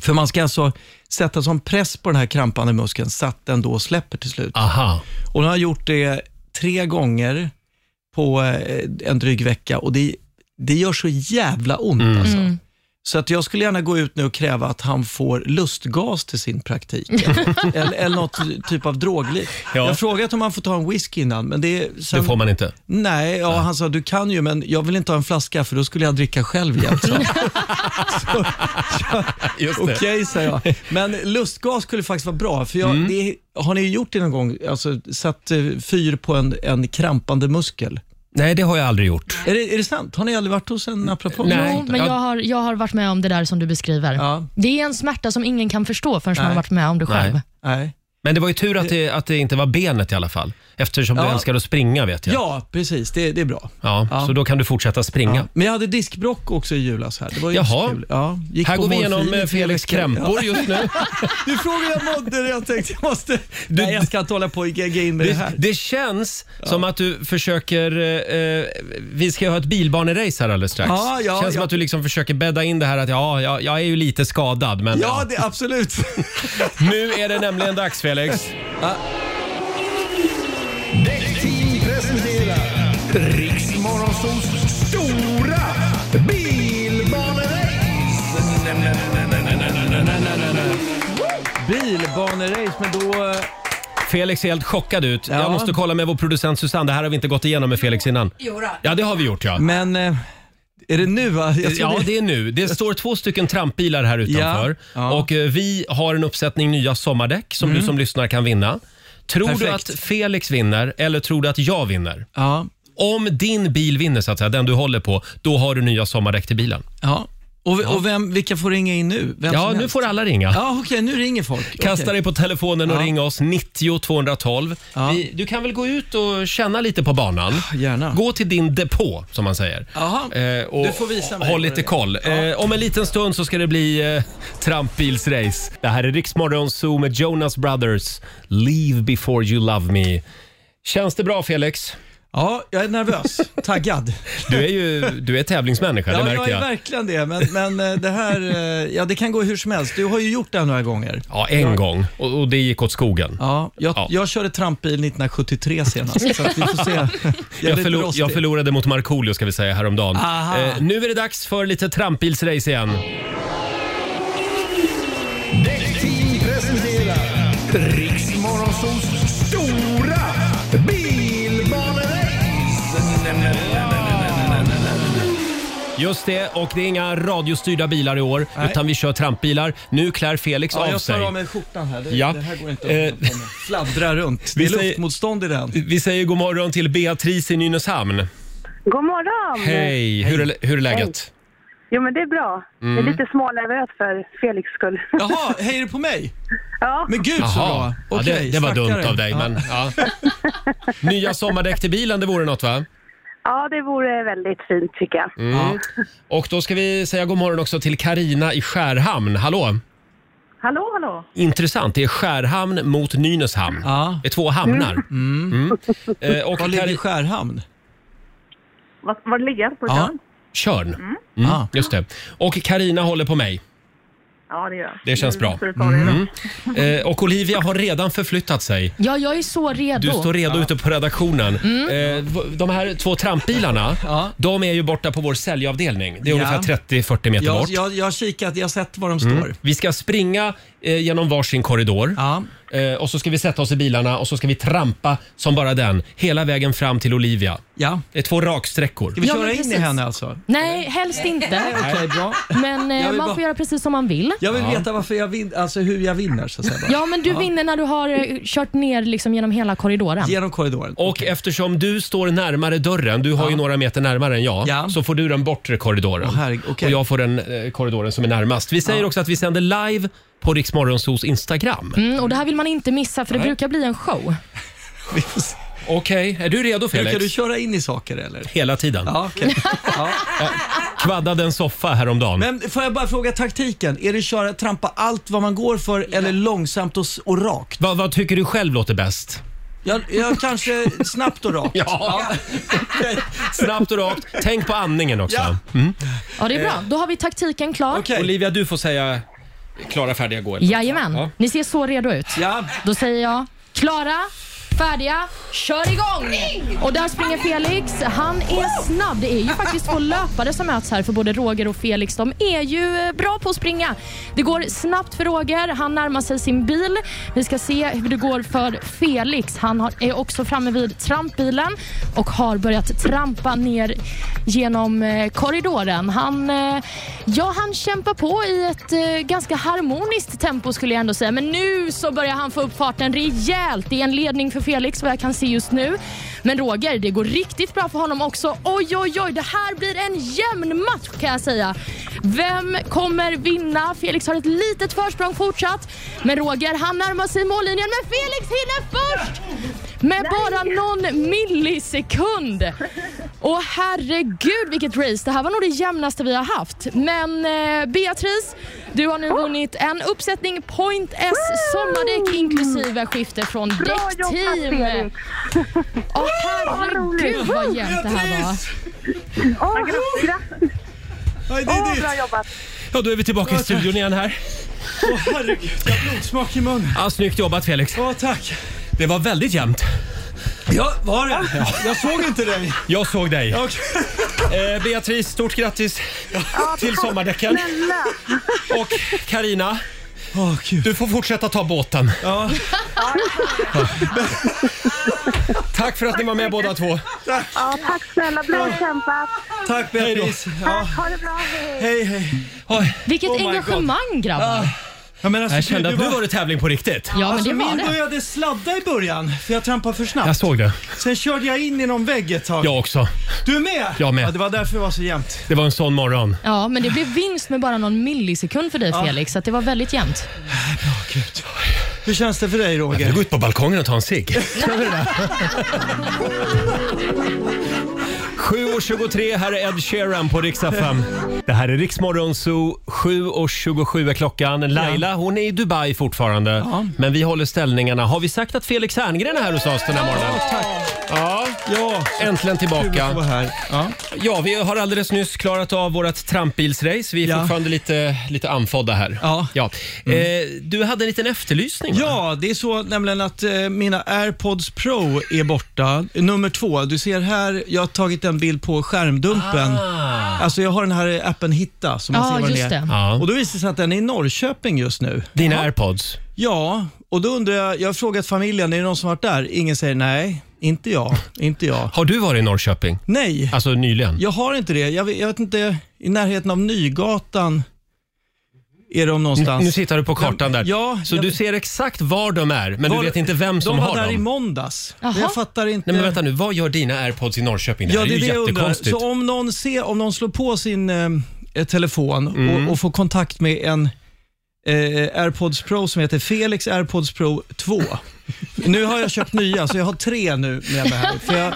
H: För man ska alltså sätta som press på den här krampande muskeln så att den då släpper till slut.
A: Aha.
H: Och hon har gjort det tre gånger på eh, en dryg vecka och det, det gör så jävla ont
A: Mm.
H: alltså. Så att jag skulle gärna gå ut nu och kräva att han får lustgas till sin praktik. eller, eller något typ av drogligt.
A: Ja.
H: Jag har frågat om han får ta en whisky innan, men det är... sen-
A: Det får man inte.
H: Nej, ja, han sa du kan ju, men jag vill inte ha en flaska för då skulle jag dricka själv jämt. sa han.
A: Just det.
H: Okej, sa jag. Men lustgas skulle faktiskt vara bra. För jag,
A: Mm.
H: det, har ni gjort det någon gång? Alltså, satt eh, fyr på en, en krampande muskel?
A: Nej, det har jag aldrig gjort.
H: Är det, är det sant? Har ni aldrig varit hos en naprapat?
A: Nej.
B: Jo, men jag har, jag har varit med om det där som du beskriver.
H: Ja.
B: Det är en smärta som ingen kan förstå förrän man
H: Nej.
B: har varit med om det själv.
A: Nej.
H: Nej.
A: Men det var ju tur att det, att det inte var benet i alla fall. Eftersom du
H: Ja.
A: älskar att springa vet jag.
H: Ja, precis. Det, det är bra.
A: Ja, Så då kan du fortsätta springa.
H: Ja. Men jag hade diskbrock också i julas här. Det var ju
A: Jaha.
H: inte så kul. Ja, gick
A: Här
H: på
A: går vi igenom
H: morfin i
A: eh,
H: tre
A: Felix
H: veckor.
A: krämpor
H: Ja.
A: just nu.
H: Du frågade jag mådde jag tänkte jag måste... Nej, jag ska inte hålla på och gegga in med det,
A: Det,
H: här.
A: det känns som att du försöker... eh, Eh, vi ska ju ha ett bilbanerace här alldeles strax.
H: Ja, ja,
A: känns som
H: ja.
A: att du liksom försöker bädda in det här att ja, jag, jag är ju lite skadad men...
H: Ja, det, absolut.
A: Nu är det nämligen dags Felix.
E: Däckteam presenterar Riksmorgonsols stora bilbanerace.
H: Bilbanerace, men då... eh,
A: Felix ser helt chockad ut.
H: Ja.
A: Jag måste kolla med vår producent Susanne. Det här har vi inte gått igenom med Felix innan.
C: Jodå.
A: Ja, det har vi gjort ja.
H: Men eh, är det nu? va? Jag tror
A: Ja,
H: det-
A: det är nu. Det står två stycken trampbilar här utanför.
H: ja. Mm.
A: Och eh, vi har en uppsättning nya sommardäck som du som lyssnar kan vinna. Tror
H: Perfekt.
A: du att Felix vinner eller tror du att jag vinner?
H: Ja,
A: Om din bil vinner, så att säga, den du håller på, då har du nya sommardäck till bilen.
H: ja. Och, och vem, vilka får ringa in nu? Vem
A: Ja,
H: som
A: nu
H: helst?
A: får alla ringa.
H: Ja, okej, nu ringer folk.
A: Kasta
H: Okej.
A: dig på telefonen och
H: Ja.
A: ring oss, 90 212.
H: Ja.
A: Vi, du kan väl gå ut och känna lite på banan?
H: Gärna.
A: Gå till din depå, som man säger.
H: Jaha.
A: Eh, och
H: Du får visa mig vad
A: Håll
H: det
A: lite
H: är.
A: koll. Eh, om en liten stund så ska det bli eh, trampbilsrace. Det här är Riksmorgon Zoo med Jonas Brothers. Leave before you love me. Känns det bra Felix?
H: Ja, jag är nervös. Taggad.
A: Du är ju du är tävlingsmänniska, det
H: Ja, jag
A: märker
H: är
A: jag.
H: verkligen det. Men, men eh, det här, eh, ja det kan gå hur som helst. Du har ju gjort det här några gånger.
A: Ja, en gång. Och, och det gick åt skogen.
H: Ja, jag,
A: Ja.
H: jag körde trampbil 1973 senast, så att vi får se. Jag, är
A: Jag,
H: lite
A: förlo-
H: rostig.
A: jag förlorade mot Markoolio ska vi säga häromdagen.
H: Aha.
A: Eh, nu är det dags för lite trampbilsrace igen.
E: Däckteam presenterar Riksmorgonsols stora bilbanerace.
A: Just det, och det är inga radiostyrda bilar i år utan vi kör trampbilar. Nu klär Felix
H: Ja,
A: av
H: jag tar
A: sig.
H: av mig skjortan här. Det,
A: Ja.
H: det här går inte att öppna
A: Eh,
H: på mig. Fladdrar runt. Det
A: vi
H: är
A: säger-
H: luftmotstånd i den.
A: Vi säger god morgon till Beatrice i Nynäshamn.
G: God morgon!
A: Hej, hur är, hur är läget?
G: Jo, men det är bra.
A: Mm.
G: Jag är lite smånervös för Felix skull.
H: Jaha, hejar du på mig?
G: Ja.
H: Men gud så bra.
A: ja, det,
H: Okej,
A: det var dumt
H: stackare.
A: av dig
H: Ja.
A: men ja. Nya sommardäck till bilen, det vore något va?
G: ja, det vore väldigt fint tycker
A: Mm.
G: jag.
H: Ja.
A: Och då ska vi säga god morgon också till Karina i Skärhamn. Hallå!
G: Hallå, hallå!
A: Intressant, det är Skärhamn mot Nynäshamn.
H: Ja.
A: Det är två hamnar. Mm. Eh, och
H: Var ligger
A: Kari-
H: Skärhamn?
G: Var, var ligger på
H: Ja.
G: sjön?
A: Körn. Mm,
H: Ah.
A: Just det. Och Karina håller på mig.
G: Ja, det gör jag.
A: Det känns bra.
G: Så det tar det då.
A: Eh, och Olivia har redan förflyttat sig.
B: Ja, jag är så redo.
A: Du står redo ute på redaktionen. Eh, v- de här två trampbilarna,
H: Mm. Ja.
A: de är ju borta på vår säljavdelning. Det är
H: Ja.
A: ungefär 30-40 meter
H: Jag,
A: bort. Mm.
H: jag, jag har kikat, jag har sett var de står.
A: Vi ska springa eh, genom varsin korridor.
H: Ja.
A: Eh, och så ska vi sätta oss i bilarna och så ska vi trampa som bara den. Hela vägen fram till Olivia.
H: ja.
A: Det är två raksträckor.
H: Ska vi
B: Ja,
H: köra
B: men
H: in i
B: precis.
H: henne alltså?
B: Nej, helst inte.
H: Okej, bra.
B: Men eh,
H: Jag
B: man
H: vill
B: får
H: bara-
B: göra precis som man vill.
H: Jag vill veta varför jag vin- alltså hur jag vinner så att säga. bara.
B: Ja, men du vinner när du har eh, kört ner liksom genom hela korridoren.
H: Genom korridoren.
A: Och eftersom du står närmare dörren, du har ju några meter närmare än jag,
H: Ja.
A: så får du den bortre korridoren.
H: Åh, herregud, okej.
A: Och jag får den eh, korridoren som är närmast. Vi säger också att vi sänder live på Riksmorgonsos Instagram.
B: Mm, och Det här vill man inte missa för det brukar bli en show.
H: Vi får se.
A: Okej, är du redo Felix?
H: Brukar du köra in i saker eller?
A: Hela tiden.
H: Ja, okej. ja.
A: Kvaddade en soffa häromdagen.
H: Men får jag bara fråga taktiken? Är det köra, trampa allt vad man går för eller långsamt och, s- och rakt?
A: Vad, vad tycker du själv låter bäst?
H: Jag, jag kanske snabbt och rakt.
A: Ja. Snabbt och rakt. Tänk på andningen också.
B: Ja, det är bra. Då har vi taktiken klar.
H: Eh. Okej.
A: Olivia, du får säga klara, färdiga, gå. eller?
B: Jajamän.
A: Ja.
B: Ni ser så redo ut.
H: Ja.
B: Då säger jag klara, färdiga, kör igång! Och där springer Felix. Han är snabb. Det är ju faktiskt två löpare som möts här för både Roger och Felix. De är ju eh, bra på att springa. Det går snabbt för Roger. Han närmar sig sin bil. Vi ska se hur det går för Felix. Han har, är också framme vid trampbilen och har börjat trampa ner genom eh, korridoren. Han, eh, ja, han kämpar på i ett eh, ganska harmoniskt tempo skulle jag ändå säga. Men nu så börjar han få upp farten rejält. Det är en ledning för Felix vad jag kan se just nu. Men Roger, det går riktigt bra för honom också. Oj, oj, oj, det här blir en jämn match kan jag säga. Vem kommer vinna? Felix har ett litet försprång fortsatt. Men Roger, han närmar sig mållinjen. Men Felix hinner först! Med bara någon millisekund. Och herregud vilket race. Det här var nog det jämnaste vi har haft. Men eh, Beatrice, du har nu vunnit en uppsättning Point S sommardäck inklusive skifte från
G: Bra jobbat
B: däckteam.
G: Felix!
B: Åh herregud vad jämnt det här var.
G: Åh, grattis!
D: Nej, det
G: Åh,
D: är
G: bra
D: ditt.
G: jobbat!
A: Ja, då är vi tillbaka i studion igen här.
D: Åh herregud, jag har blodsmak i munnen.
A: Ja, snyggt jobbat Felix.
D: Ja, tack.
A: Det var väldigt jämnt.
D: Ja, var det? Jag såg inte dig.
A: Jag såg dig.
D: Okej.
A: Eh, Beatrice, stort grattis till sommardäcken.
G: Snälla!
A: Och Karina,
D: Åh gud.
A: du får fortsätta ta båten.
D: Ja.
A: Tack för att ni var med båda två.
G: Ja, tack snälla, bra kämpat!
D: Tack Beatrice.
G: Tack, ha det bra, hej!
D: Hej hej.
A: Oj,
B: Vilket
D: my God.
B: engagemang grabbar.
D: Ja, men alltså,
A: jag kände
D: du,
A: att
D: du
A: nu
D: var-
A: var det tävling på riktigt.
B: Ja men
D: Alltså,
B: det var
D: min
B: det.
D: började sladda i början för jag trampade för snabbt.
A: Jag såg det.
D: Sen körde jag in i någon vägg ett tag.
A: Jag också.
D: Du är med?
A: Jag med.
D: Ja, det var därför det var så jämnt.
A: Det var en sån morgon.
B: Ja men det blev vinst med bara någon millisekund för dig Felix. Så att det var väldigt jämnt.
D: Hur känns det för dig
A: Jag
D: Roger?
A: vill gå ut på balkongen och ta en cigg. 7.23, här är Ed Sheeran på riksdag 5. Det här är Riksmorgon Zoo, 7.27 är klockan. Laila, hon är i Dubai fortfarande. Men vi håller ställningarna. Har vi sagt att Felix Herngren är här hos oss den här morgonen? Ja,
D: Ja,
A: äntligen
D: kul att få vara
A: tillbaka.
D: här. Ja.
A: Ja, vi har alldeles nyss klarat av vårt trampbilsrace. Vi är
D: Ja.
A: fortfarande lite, lite andfådda här.
D: Ja. Mm.
A: Eh, du hade en liten efterlysning va?
H: Ja, det är så nämligen att eh, mina AirPods Pro är borta. Nummer två, du ser här, jag har tagit en bild på skärmdumpen.
A: Ah.
H: Alltså jag har den här appen Hitta, som man
B: Ja,
H: ser vad den
B: just
H: är.
B: det.
A: Ja.
H: Och då visar det sig att den är i Norrköping just nu.
A: Dina airpods.
H: Ja, och då undrar jag, jag har frågat familjen, är det någon som har varit där? Ingen säger nej, inte jag, inte jag.
A: Har du varit i Norrköping?
H: Nej,
A: Alltså nyligen?
H: jag har inte det. Jag vet, jag vet inte, i närheten av Nygatan är de någonstans.
A: Nu tittar du på kartan där.
H: Ja,
A: så
H: jag-
A: du ser exakt var de är, men
H: Var-
A: du vet inte vem som
H: de
A: har
H: var där i
A: dem.
H: måndags.
B: Jaha.
H: Jag fattar inte.
A: Nej, men vänta nu, vad gör dina airpods i Norrköping? Det
H: Ja,
A: här
H: det
A: är
H: är
A: ju
H: det jag undrar.
A: jättekonstigt.
H: Så om någon, ser, om någon slår på sin eh, eh, telefon
A: Mm.
H: och, och får kontakt med en eh, AirPods Pro som heter Felix AirPods Pro 2. nu har jag köpt nya, så jag har tre nu med mig här. För, jag, eh,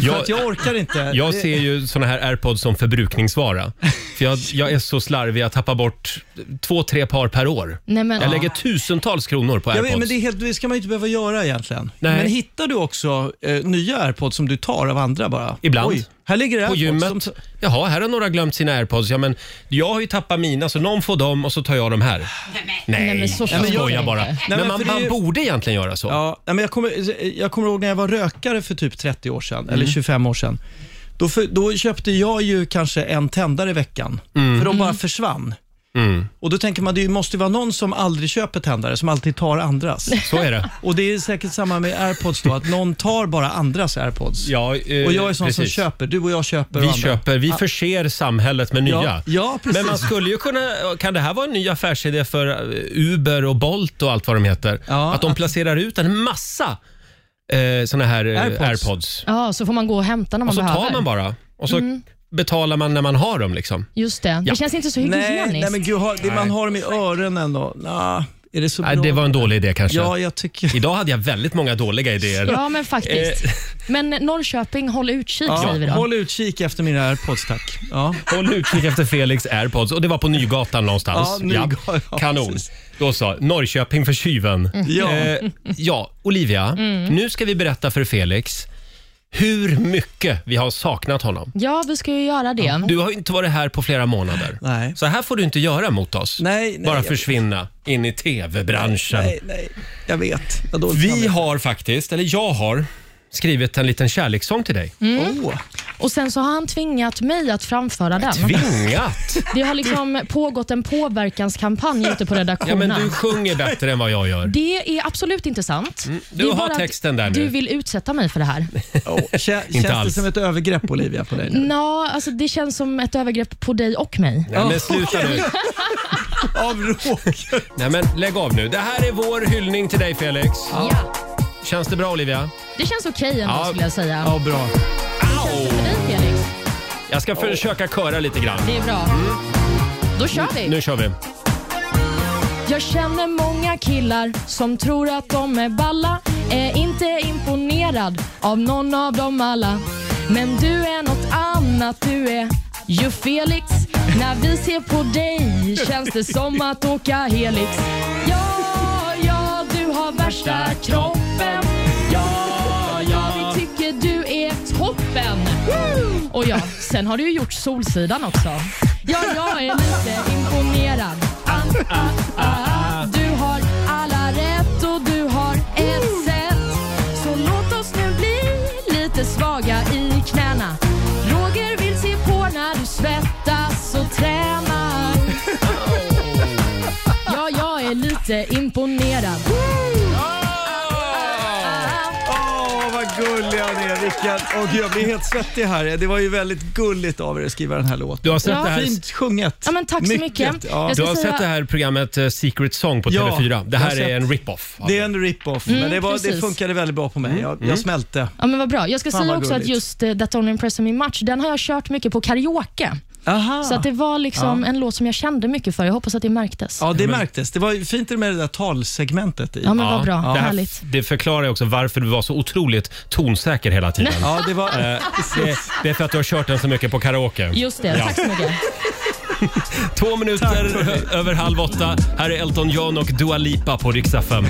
H: för
A: Jag-
H: att jag orkar inte.
A: Jag
H: Det-
A: ser ju såna här airpods som förbrukningsvara. För jag, jag är så slarvig, jag tappar bort två, tre par per år.
B: Nej, men,
A: Jag lägger tusentals kronor på
H: Ja,
A: airpods.
H: men men det, är helt, det ska man ju inte behöva göra egentligen.
A: Nej.
H: Men hittar du också eh, nya airpods som du tar av andra bara?
A: Ibland.
H: här ligger det
A: På
H: airpods.
A: gymmet.
H: Som,
A: Jaha, här har några glömt sina airpods. Ja, men jag har ju tappat mina, så någon får dem och så tar jag dem här. Nej,
B: Nej, men så
A: jag
B: funkar
A: skojar
B: det
A: bara.
B: inte.
A: men
H: men
A: man,
H: för det är
A: man
H: ju-
A: borde egentligen göra så.
H: Ja, nej, men jag, kommer, jag kommer ihåg när jag var rökare för typ 30 år sedan,
A: Mm.
H: eller 25 år sedan. Då, för, då köpte jag ju kanske en tändare i veckan,
A: Mm.
H: för de bara försvann. Och Då tänker man det måste ju vara någon som aldrig köper tändare, som alltid tar andras.
A: Så är det.
H: Och Det är säkert samma med airpods då, att någon tar bara andras airpods.
A: Ja, eh,
H: och Jag är sån som
A: precis.
H: köper, du och jag köper
A: Vi
H: och andra.
A: köper, vi förser samhället med nya.
H: Ja, ja, precis.
A: Men man skulle ju kunna, kan det här vara en ny affärsidé för eh, Uber och Bolt och allt vad de heter?
H: Ja,
A: att de
H: att-
A: placerar ut en massa eh, såna här eh,
H: Airpods.
A: airpods.
B: Ja, så får man gå och hämta när man
A: Och så
B: behöver.
A: tar man bara och så
H: Mm.
A: betalar man när man har dem liksom.
B: Just det. Det känns inte så
H: Nej,
B: hygieniskt.
H: nej men gud, har, det, man har dem i öronen då. Nah, Är det så bra?
A: Nej, det var en dålig idé kanske.
H: Ja, jag tycker...
A: Idag hade jag väldigt många dåliga idéer.
B: Ja, men faktiskt.
A: Eh.
B: Men Norrköping, håll utkik säger vi
H: Ja,
B: då.
H: håll utkik efter mina airpods, tack. Ja.
A: Håll utkik efter Felix airpods och det var på Nygatan någonstans.
H: Ja, Nygatan, ja,
A: Kanon.
H: precis. Mm.
A: Då så, Norrköping för tjuven.
H: Ja.
A: Eh, ja, Olivia,
B: Mm.
A: nu ska vi berätta för Felix hur mycket vi har saknat honom.
B: Ja, vi ska ju göra det.
A: Du har ju inte varit här på flera månader.
H: Nej.
A: Så här får du inte göra mot oss.
H: Nej, nej,
A: Bara
H: jag-
A: försvinna in i tv-branschen.
H: Nej, nej, jag vet. Jag har dåligt
A: Vi
H: samvete.
A: har faktiskt, eller jag har, skrivit en liten kärlekssång till dig.
B: Mm.
H: Åh.
B: Och sen så har han tvingat mig att framföra den.
A: Tvingat!
B: Det har liksom pågått en påverkanskampanj ute på
A: Ja, men
B: redaktionen.
A: du Mm, sjunger bättre än vad jag gör.
B: Det är absolut inte sant.
A: du
B: det är
A: har
B: bara att
A: texten där nu.
B: Du vill utsätta mig för det här.
H: Åh, kä- Känns det
A: alls.
H: som ett övergrepp, Olivia, på dig nu?
B: Nå, alltså det känns som ett övergrepp på dig och mig.
A: Nej, men sluta nu.
H: Av Roger.
A: Nej, men lägg av nu. Det här är vår hyllning till dig, Felix.
B: Ja.
A: Känns det bra, Olivia?
B: Det känns okej ändå
A: Ja.
B: skulle jag säga.
H: Ja, bra.
B: Känns det för dig Felix?
A: Jag ska försöka köra lite grann.
B: Det är bra. Då kör vi.
A: Mm. Nu kör vi.
B: Jag känner många killar som tror att de är balla Är inte imponerad av någon av dem alla Men du är något annat, du är ju Felix När vi ser på dig känns det som att åka Helix Ja, ja, du har värsta kroppen Ja, ja, vi tycker du är toppen och ja, sen har du ju gjort Solsidan också. Ja, jag är lite imponerad. Ah, ah, ah. Du har alla rätt och du har ett sätt. Så låt oss nu bli lite svaga i knäna. Roger vill se på när du svettas och tränar. Ja, jag är lite imponerad.
H: Åh, vad gulliga ni är. Vilken... Åh, gud, jag blir helt svettig här. Det var ju väldigt gulligt av er att skriva den här låten.
A: Du har sett,
B: Ja.
A: det, här,
H: Fint sjunget.
B: Ja, men tack så mycket.
H: Ja.
B: Jag
A: du
B: ska
A: har
B: säga-
A: sett det här programmet eh, Secret Song på
H: Ja,
A: TV4. Det här
H: jag har
A: är en
H: sett.
A: rip-off. av
H: Det
A: det.
H: är en rip-off, men det, var, det
B: Mm, precis.
H: funkade väldigt bra på mig. Jag, jag smälte.
B: Ja, men vad bra. Jag ska
H: Fan,
B: säga
H: vad
B: också att
H: gulligt.
B: just eh, That Don't Impress Me Much, den har jag kört mycket på karaoke.
H: Aha.
B: Så att det var liksom en låt som jag kände mycket för. Jag hoppas att det märktes. Ja,
H: Ja, det märktes. Det var ju fint med det där talsegmentet i. Ja,
B: men vad bra.
A: det, här,
B: Härligt.
A: det förklarar ju också varför du var så otroligt tonsäker hela tiden.
H: det var...
A: Eh, Det, det är för att du har kört den så mycket på karaoke.
B: Just det.
A: Ja.
B: Tack så mycket.
A: Två minuter över halv åtta. Här är Elton John och Dua Lipa på riksdag 5.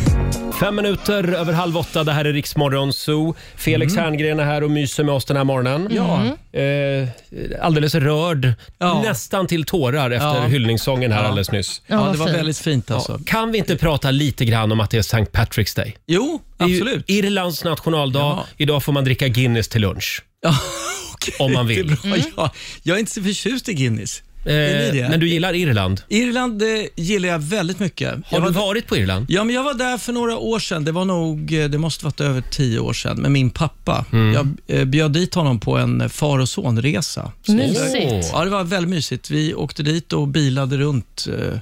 A: Fem minuter över halv åtta. Det här är Riksmorgon Zoo. Felix
H: Mm.
A: Herngren är här och myser med oss den här morgonen. Eh, alldeles rörd,
H: Mm. Ja.
A: nästan till tårar efter
H: Ja.
A: hyllningssången här alldeles nyss.
B: Ja,
H: ja,
B: vad
H: det var
B: fint.
H: väldigt fint alltså.
A: Kan vi inte prata lite grann om att det är St. Patrick's Day?
H: Jo,
A: Det är ju
H: absolut.
A: Irlands nationaldag.
H: Ja.
A: Idag får man dricka Guinness till lunch.
H: Ja, okej.
A: Om man vill. Mm.
H: Det är bra. Ja, jag är inte så förtjust i Guinness. är ni det?
A: Eh, men du gillar Irland.
H: Irland eh, gillar jag väldigt mycket.
A: Har
H: jag
A: du
H: var,
A: varit på Irland?
H: Ja, men jag var där för några år sedan. Det var nog, eh, det måste varit över tio år sedan, med min pappa.
A: Mm.
H: Jag eh, bjöd dit honom på en eh, far och sonresa.
B: Mysigt.
H: Ja, det var väldigt mysigt. Vi åkte dit och bilade runt. eh,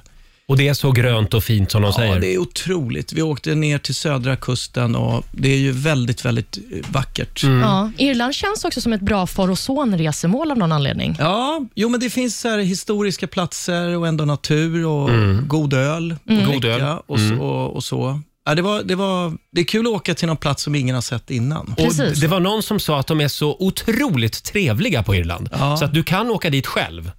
A: Och det är så grönt och fint som de
H: Ja,
A: säger.
H: det är otroligt. Vi åkte ner till södra kusten och det är ju väldigt, väldigt eh, vackert.
B: Ja, Irland känns också som ett bra far och son-resemål av någon anledning.
H: Ja, jo men det finns så här historiska platser och ändå natur och god öl.
B: Mm.
H: att
A: Mm. God öl. Mm.
H: dricka Och, så, och, och så. Ja, det, var, det, var, det är kul att åka till någon plats som ingen har sett innan.
A: Och
B: Precis.
A: det var någon som sa att de är så otroligt trevliga på Irland.
H: Ja.
A: Så att du kan åka dit själv.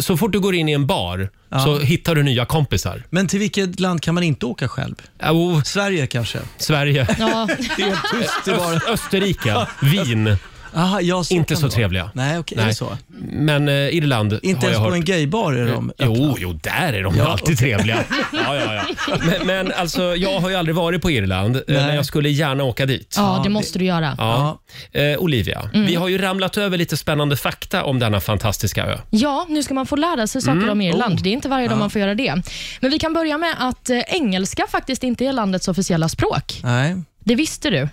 A: Så fort du går in i en bar så hittar du nya kompisar.
H: Men till vilket land kan man inte åka själv?
A: Oh,
H: Sverige kanske?
A: Sverige,
B: Ja,
H: Helt tyst i bara.
A: Öst, Österrike, Wien.
H: Aha, Ah, ja, så
A: Inte
H: kan
A: så
H: det vara.
A: trevliga.
H: Nej, okej. Är
A: Nej.
H: det så?
A: Men eh, Irland
H: Inte
A: har
H: ens
A: jag
H: på
A: hört. Eh,
H: en gaybar är de öppna.
A: Jo, jo, där är de ju alltid trevliga. Ja, ja, ja. Men, men alltså, jag har ju aldrig varit på Irland, eh, men jag skulle gärna åka dit.
B: ja det måste du göra.
A: Ja. Eh, Olivia, vi har ju ramlat över lite spännande fakta om denna fantastiska ö.
B: Ja, nu ska man få lära sig
H: Mm.
B: saker om Irland.
H: Oh.
B: Det är inte varje dag man får göra det. Men vi kan börja med att eh, engelska faktiskt inte är landets officiella språk.
H: Nej.
B: Det visste du.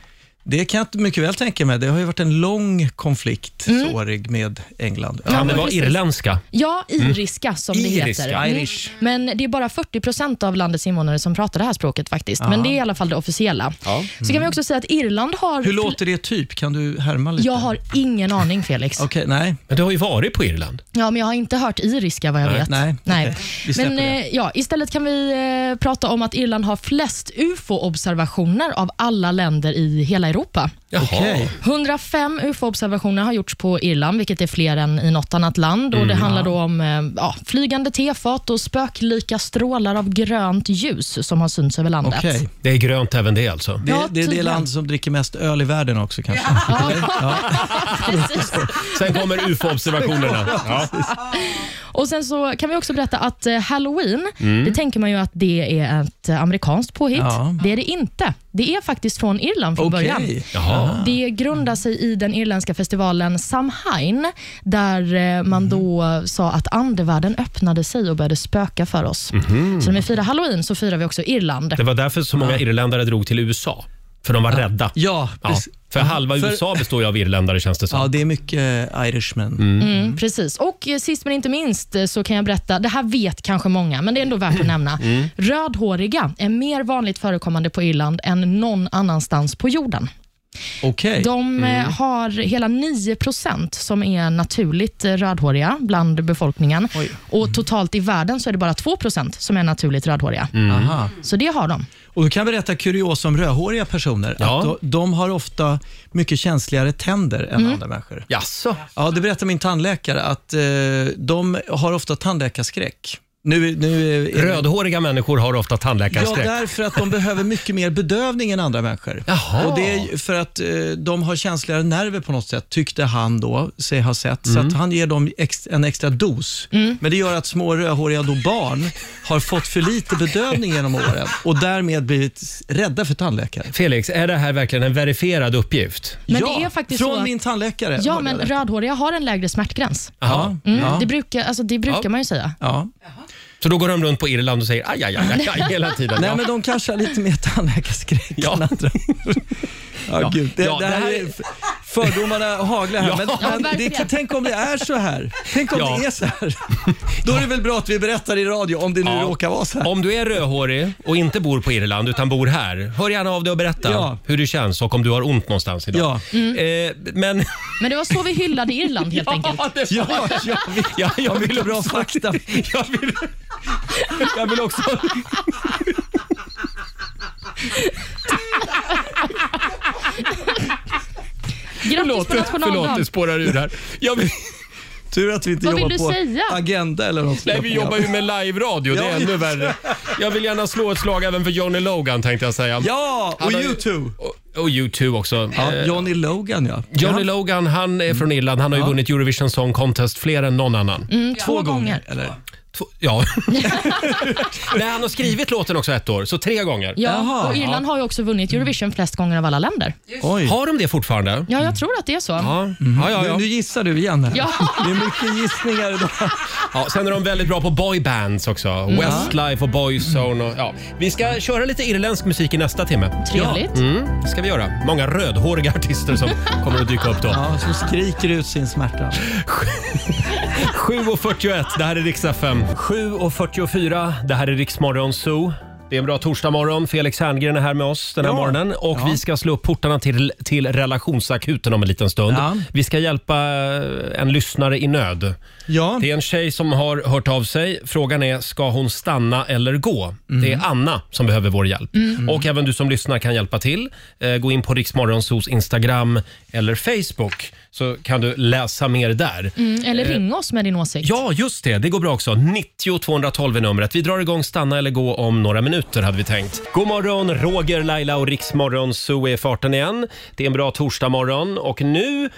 H: Det kan jag inte mycket väl tänka mig. Det har ju varit en lång konflikt,
B: Mm.
H: sårig, med England. Ja.
A: Kan det vara
B: precis.
A: irländska?
B: Ja, iriska som det
A: Iriska,
B: heter. Mm.
H: Mm. Irish.
B: Men det är bara 40 procent av landets invånare som pratar det här språket faktiskt. Men det är i alla fall det officiella. Så kan vi också säga att Irland har...
H: Mm. Hur låter det typ? Kan du härma lite?
B: Jag har ingen aning Felix.
H: Okej, nej.
A: Men du har ju varit på Irland.
B: Ja, men jag har inte hört iriska vad jag vet.
H: nej, okej. Vi släpper
B: Men
H: det.
B: eh, ja, istället kan vi eh, prata om att Irland har flest ufo-observationer av alla länder i hela Europa.
A: Jaha.
H: Okej.
B: 105 ufo-observationer har gjorts på Irland, vilket är fler än i något annat land. Och Det
H: Mm,
B: handlar då om eh, ja, flygande tefat och spöklika strålar av grönt ljus som har synts över landet.
H: Okej.
A: Det är grönt även det alltså.
H: Det,
B: Ja,
H: det är det
B: tydligen.
H: land som dricker mest öl i världen också kanske.
B: Precis.
A: Sen kommer ufo-observationerna. Ja.
B: Och Sen så kan vi också berätta att eh, halloween, det tänker man ju att det är ett eh, amerikanskt påhitt.
H: Mm. Ja.
B: Det är det inte. Det är faktiskt från Irland från
H: Okej.
B: början.
A: Jaha.
B: Det grundar sig i den irländska festivalen Samhain, där eh,
H: Mhm.
B: man då sa att andevärlden öppnade sig och började spöka för oss.
H: Mhm.
B: Så när vi firar halloween så firar vi också Irland.
A: Det var därför så många irländare drog till USA. För de var rädda.
H: Ja,
A: Ja,
H: precis.
A: för halva
H: För-
A: USA består ju av irländare känns det som.
H: Ja, det är mycket eh, Irishmen.
B: Mm, precis. Och eh, sist men inte minst eh, så kan jag berätta, det här vet kanske många, men det är ändå värt att nämna. Rödhåriga är mer vanligt förekommande på Irland än någon annanstans på jorden.
H: Okej.
B: De eh, har hela 9 som är naturligt eh, rödhåriga bland befolkningen. Och Totalt i världen så är det bara 2 som är naturligt rödhåriga.
A: Mm.
H: Aha.
B: Så det har de.
H: Och då kan jag berätta kuriosa om rödhåriga personer.
A: Ja.
H: Att de, de har ofta mycket känsligare tänder än
B: Mm.
H: andra människor.
A: Jaså?
H: Ja, det berättar min tandläkare att eh, de har ofta tandläkarskräck. Nu, nu är-
A: Rödhåriga människor har ofta
H: Ja,
A: tandläkarskräck.
H: därför att de behöver mycket mer bedövning än andra människor.
A: Jaha.
H: Och det är ju för att eh, de har känsligare nerver på något sätt, tyckte han då sig ha sett.
B: Mm.
H: Så att han ger dem ex, en extra dos. Men det gör att små rödhåriga då barn har fått för lite bedövning genom åren och därmed blivit rädda för tandläkare.
A: Felix, är det här verkligen en verifierad uppgift?
B: Men
H: ja,
B: det är faktiskt
H: från
B: så att-
H: min tandläkare.
B: Ja,
H: hörde
B: men
H: jag det.
B: rödhåriga har en lägre smärtgräns.
A: Ja.
B: Mm, Det brukar, alltså, det brukar
A: Ja.
B: man ju säga.
H: Ja.
A: Så då går de runt på Irland och säger aj, aj, aj, aj, aj hela tiden.
H: Nej,
A: Ja.
H: men de kanske har lite mer tandläkarskräck
A: Ja.
H: än andra. Ja, gud. Det,
A: Ja,
H: det här
A: det här
H: är fördomarna haglar här.
A: Ja. Ja,
H: Men, men det,
B: verkligen.
H: tänk om det är så här. Tänk om
A: Ja.
H: det är så här. Då är det väl bra att vi berättar i radio om det nu
A: Ja.
H: råkar vara så här.
A: Om du är rödhårig och inte bor på Irland utan bor här, hör gärna av dig och berätta
H: Ja.
A: hur det känns och om du har ont någonstans idag.
H: Ja.
A: Eh, men
B: Men det var så vi hyllade Irland helt enkelt.
A: Ja, det var-
H: Ja, ja,
A: Ja, jag vill
H: vilka bra
A: också-
H: fakta.
A: Jag vill, jag vill också...
B: Grattis på
A: Förlåt,
B: nationaldagen.
A: det spårar ur här. Jag vill,
H: Tur att vi inte
B: Vad vill
H: jobbar
B: du
H: på
B: säga?
H: Agenda eller något.
A: nej, vi jobbar ju med live-radio. Det är
H: Ja.
A: ännu värre. Jag vill gärna slå ett slag även för Johnny Logan tänkte jag säga.
H: Ja,
A: Han
H: och
A: har ju-
H: YouTube.
A: Och, och U2 också.
H: Ja,
A: Eh,
H: Johnny Logan ja.
A: Johnny
H: ja. Mm.
A: Logan, han är från Irland. Han har ju vunnit Eurovision Song Contest fler än någon annan.
B: Mm, två gånger.
H: Eller?
A: Två, ja. Nej, han har skrivit låten också ett år, så tre gånger.
B: Ja,
H: Jaha.
B: och Irland har ju också vunnit Eurovision flest gånger av alla länder.
H: Oj.
A: Har de det fortfarande?
B: Ja, jag tror att det är så.
A: Ja. Ja, ja, ja.
H: Nu, nu gissar du igen här.
B: Ja.
H: Det är mycket gissningar idag.
A: Ja, sen är de väldigt bra på boybands också. Westlife och Boyzone. Och, ja. Vi ska köra lite irländsk musik i nästa timme.
B: Trevligt.
A: Mm, det ska vi göra. Många rödhåriga artister som kommer att dyka upp då.
H: Ja, som skriker ut sin smärta.
A: 7.41, det här är riksdag 5. 7.44, det här är Riksmorgon Zoo. Det är en bra torsdagmorgon. Felix Herngren är här med oss den här
H: Ja.
A: morgonen. Och
H: Ja.
A: vi ska slå upp portarna till, till relationsakuten om en liten stund.
H: Ja.
A: Vi ska hjälpa eh, en lyssnare i nöd.
H: Ja.
A: Det är en tjej som har hört av sig. Frågan är, ska hon stanna eller gå?
H: Mm.
A: Det är Anna som behöver vår hjälp. Och även du som lyssnar kan hjälpa till. Eh, Gå in på Riksmorgonsos Instagram eller Facebook så kan du läsa mer där.
B: Mm, Eller ring oss med din åsikt.
A: Ja, just det. Det går bra också. 90 212 är numret. Vi drar igång Stanna eller gå om några minuter hade vi tänkt. God morgon, Roger, Laila och Riksmorgon. Så är i farten igen. Det är en bra torsdagmorgon och nu...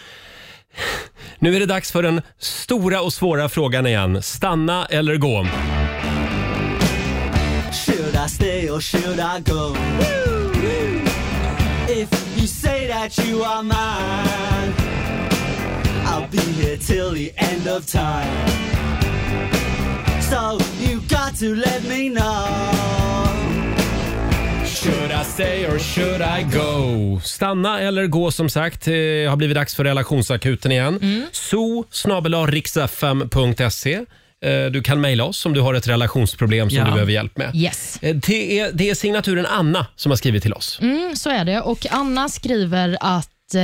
A: Nu är det dags för den stora och svåra frågan igen. Stanna eller gå?
I: Should I stay or should I go? If you say that you are mine, I'll be here till the end of time. So you got to let me know.
E: Should I stay or should I
A: Go! Stanna eller gå som sagt. Eh, har blivit dags för relationsakuten igen. Mm. E. Eh, Du kan mejla oss om du har ett relationsproblem som
H: Ja.
A: du behöver hjälp med.
B: Yes.
A: Eh, Det är, det är signaturen Anna som har skrivit till oss.
B: Mm, så är det. Och Anna skriver att eh,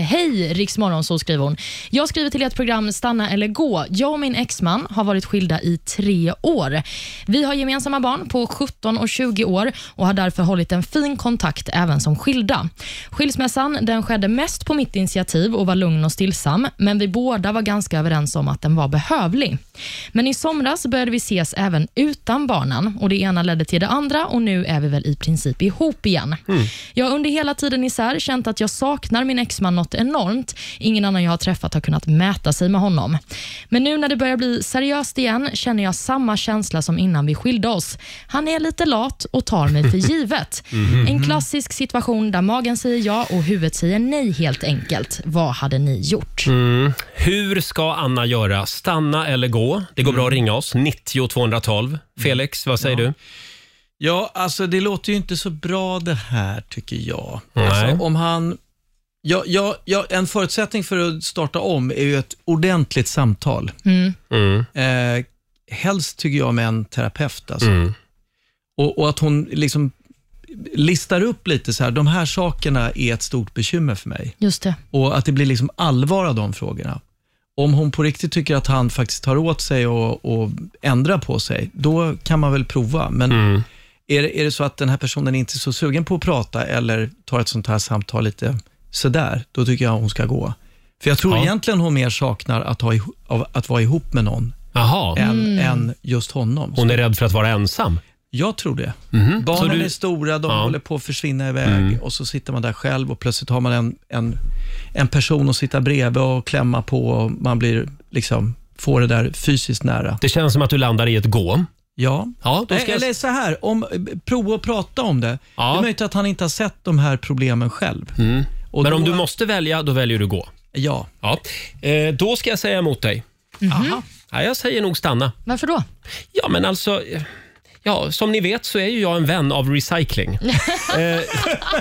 B: Hej Riksmorgon, så skriver hon. Jag skriver till ert program Stanna eller gå. Jag och min exman har varit skilda i tre år. Vi har gemensamma barn på 17 och 20 år och har därför hållit en fin kontakt även som skilda. Skilsmässan den skedde mest på mitt initiativ och var lugn och stillsam, men vi båda var ganska överens om att den var behövlig. Men i somras började vi ses även utan barnen och det ena ledde till det andra och nu är vi väl i princip ihop igen. Jag har under hela tiden isär känt att jag saknar min exman något enormt. Ingen annan jag har träffat har kunnat mäta sig med honom. Men nu när det börjar bli seriöst igen känner jag samma känsla som innan vi skilde oss. Han är lite lat och tar mig för givet. En klassisk situation där magen säger ja och huvudet säger nej helt enkelt. Vad hade ni gjort?
A: Mm. Hur ska Anna göra? Stanna eller gå? Det går
H: Mm.
A: bra att ringa oss. 90 212. Felix, vad säger du?
H: Ja, alltså det låter ju inte så bra det här tycker jag.
A: Nej.
H: Alltså, om han... Ja, ja, ja, en förutsättning för att starta om är ju ett ordentligt samtal.
A: Mm.
H: Eh, helst tycker jag med en terapeut. Alltså. Och, och att hon liksom listar upp lite så här, de här sakerna är ett stort bekymmer för mig.
B: Just det.
H: Och att det blir liksom allvar av de frågorna. Om hon på riktigt tycker att han faktiskt tar åt sig och, och ändrar på sig, då kan man väl prova. Men är, det, är det så att den här personen inte är så sugen på att prata eller tar ett sånt här samtal lite sådär, då tycker jag hon ska gå. För jag tror
A: Ja.
H: egentligen hon mer saknar att, ha, iho- av, att vara ihop med någon
A: Jaha,
H: än, än just honom.
A: hon är rädd för att vara ensam.
H: Jag tror det.
A: Så
H: Barnen
A: du-
H: är stora, de
A: Ja. Mm.
H: håller på att försvinna iväg och så sitter man där själv och plötsligt har man en, en, en person att sitta bredvid och klämma på och man blir liksom, får det där fysiskt nära.
A: Det känns som att du landar i ett gå.
H: Ja.
A: Ja, då
H: Nej,
A: ska jag...
H: Eller så här, om, eh, prova att prata om det.
A: Ja. Mm.
H: Det är möjligt att han inte har sett de här problemen själv. Och
A: Men om
H: då-
A: du måste välja, då väljer du gå.
H: Ja.
A: Ja. Eh, då ska jag säga emot dig.
H: Aha.
A: Ja, jag säger nog stanna.
B: Varför då?
A: Ja, men alltså... eh, Ja, som ni vet så är ju jag en vän av recycling. Eh,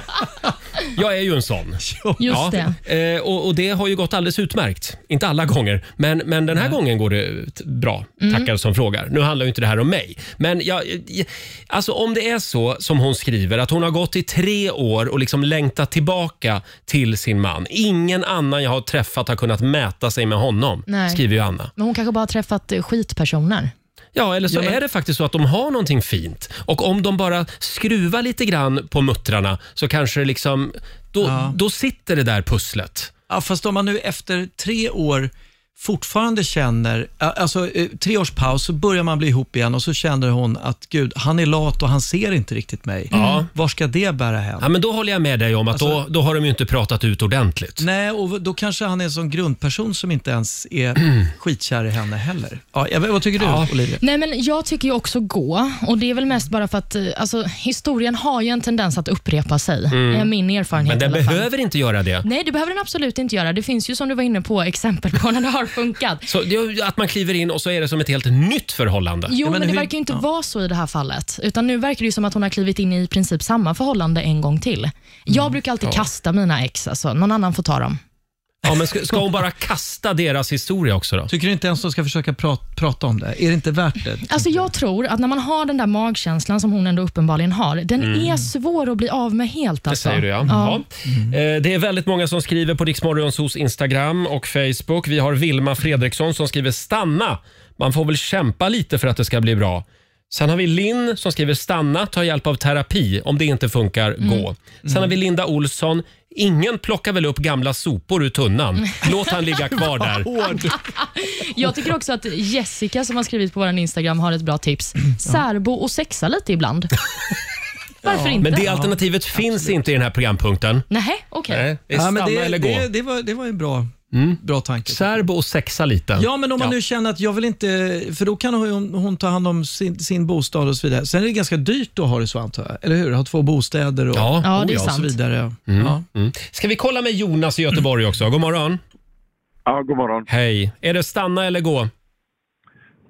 A: jag är ju en sån.
B: Just det.
A: Eh, och, och det har ju gått alldeles utmärkt. Inte alla gånger, men, men den här gången går det t- bra.
B: Mm.
A: Tackar som frågar. Nu handlar ju inte det här om mig. Men jag, jag- alltså om det är så som hon skriver, att hon har gått i tre år och liksom längtat tillbaka till sin man. Ingen annan jag har träffat har kunnat mäta sig med honom,
B: Nej.
A: skriver ju Anna.
B: Men hon kanske bara har träffat eh, skitpersoner.
A: Ja, eller så
H: Ja, men-
A: är det faktiskt så att de har någonting fint. Och om de bara skruvar lite grann på muttrarna så kanske det liksom... Då,
H: Ja.
A: då sitter det där pusslet.
H: Ja, fast om man nu efter tre år fortfarande känner, a- alltså eh, tre års paus, så börjar man bli ihop igen och så känner hon att gud, han är lat och han ser inte riktigt mig.
A: Ja.
H: Var ska det bära hän?
A: Ja, men då håller jag med dig om att
B: Alltså-
A: då, då har de ju inte pratat ut ordentligt.
H: Nej, och då kanske han är en sån grundperson som inte ens är skitkär i henne heller. Ja, jag vet- vad tycker du, Olivia?
B: Nej, men jag tycker ju också gå. Och Det är väl mest bara för att eh, alltså, historien har ju en tendens att upprepa sig. är min erfarenhet
A: Mm. Men den
B: i alla fall.
A: behöver inte göra det.
B: Nej, det behöver den absolut inte göra. Det finns ju, som du var inne på, exempel på när det har funkat.
A: Så det är ju att man kliver in och så är det som ett helt nytt förhållande.
B: Jo,
H: Ja,
B: men,
H: men
B: det
H: hur-
B: verkar ju inte
H: ja.
B: vara så i det här fallet. Utan Nu verkar det ju som att hon har klivit in i i princip samma förhållande en gång till.
A: Mm.
B: Jag brukar alltid kasta mina ex. Alltså. Någon annan får ta dem.
A: Ja, men ska, ska hon bara kasta deras historia också då?
H: Tycker du inte ens de ska försöka pra- prata om det? Är det inte värt det?
B: Alltså jag tror att när man har den där magkänslan som hon ändå uppenbarligen har, den är svår att bli av med helt.
A: Mm. Det
B: Alltså.
A: säger du ja. ja. Eh, Det är väldigt många som skriver på Riksmorgonsos Instagram och Facebook. Vi har Vilma Fredriksson som skriver “Stanna! Man får väl kämpa lite för att det ska bli bra”. Sen har vi Linn som skriver “Stanna, ta hjälp av terapi. Om det inte funkar, gå”. Sen har vi Linda Olsson. Ingen plockar väl upp gamla sopor ur tunnan. Låt han ligga kvar där.
B: Jag tycker också att Jessica som har skrivit på vår Instagram har ett bra tips. Särbo och sexa lite ibland. Varför inte?
A: Men det alternativet finns inte i den här programpunkten.
B: Nähä, okej.
A: Nej, det är stanna
H: men det,
A: eller gå. Mm.
H: det, det, var, det var en bra, bra tanke.
A: Särbo och sexa lite.
H: Ja, men om man nu känner att jag vill inte, för då kan hon, hon ta hand om sin, sin bostad och så vidare. Sen är det ganska dyrt att ha det så antar jag, eller hur? Ha två bostäder och,
A: Ja.
B: Ja, det är
H: och så
B: sant.
H: vidare. Ja.
A: Mm. Ska vi kolla med Jonas i Göteborg också? God morgon.
J: Ja, god morgon.
A: Hej. Är det stanna eller gå?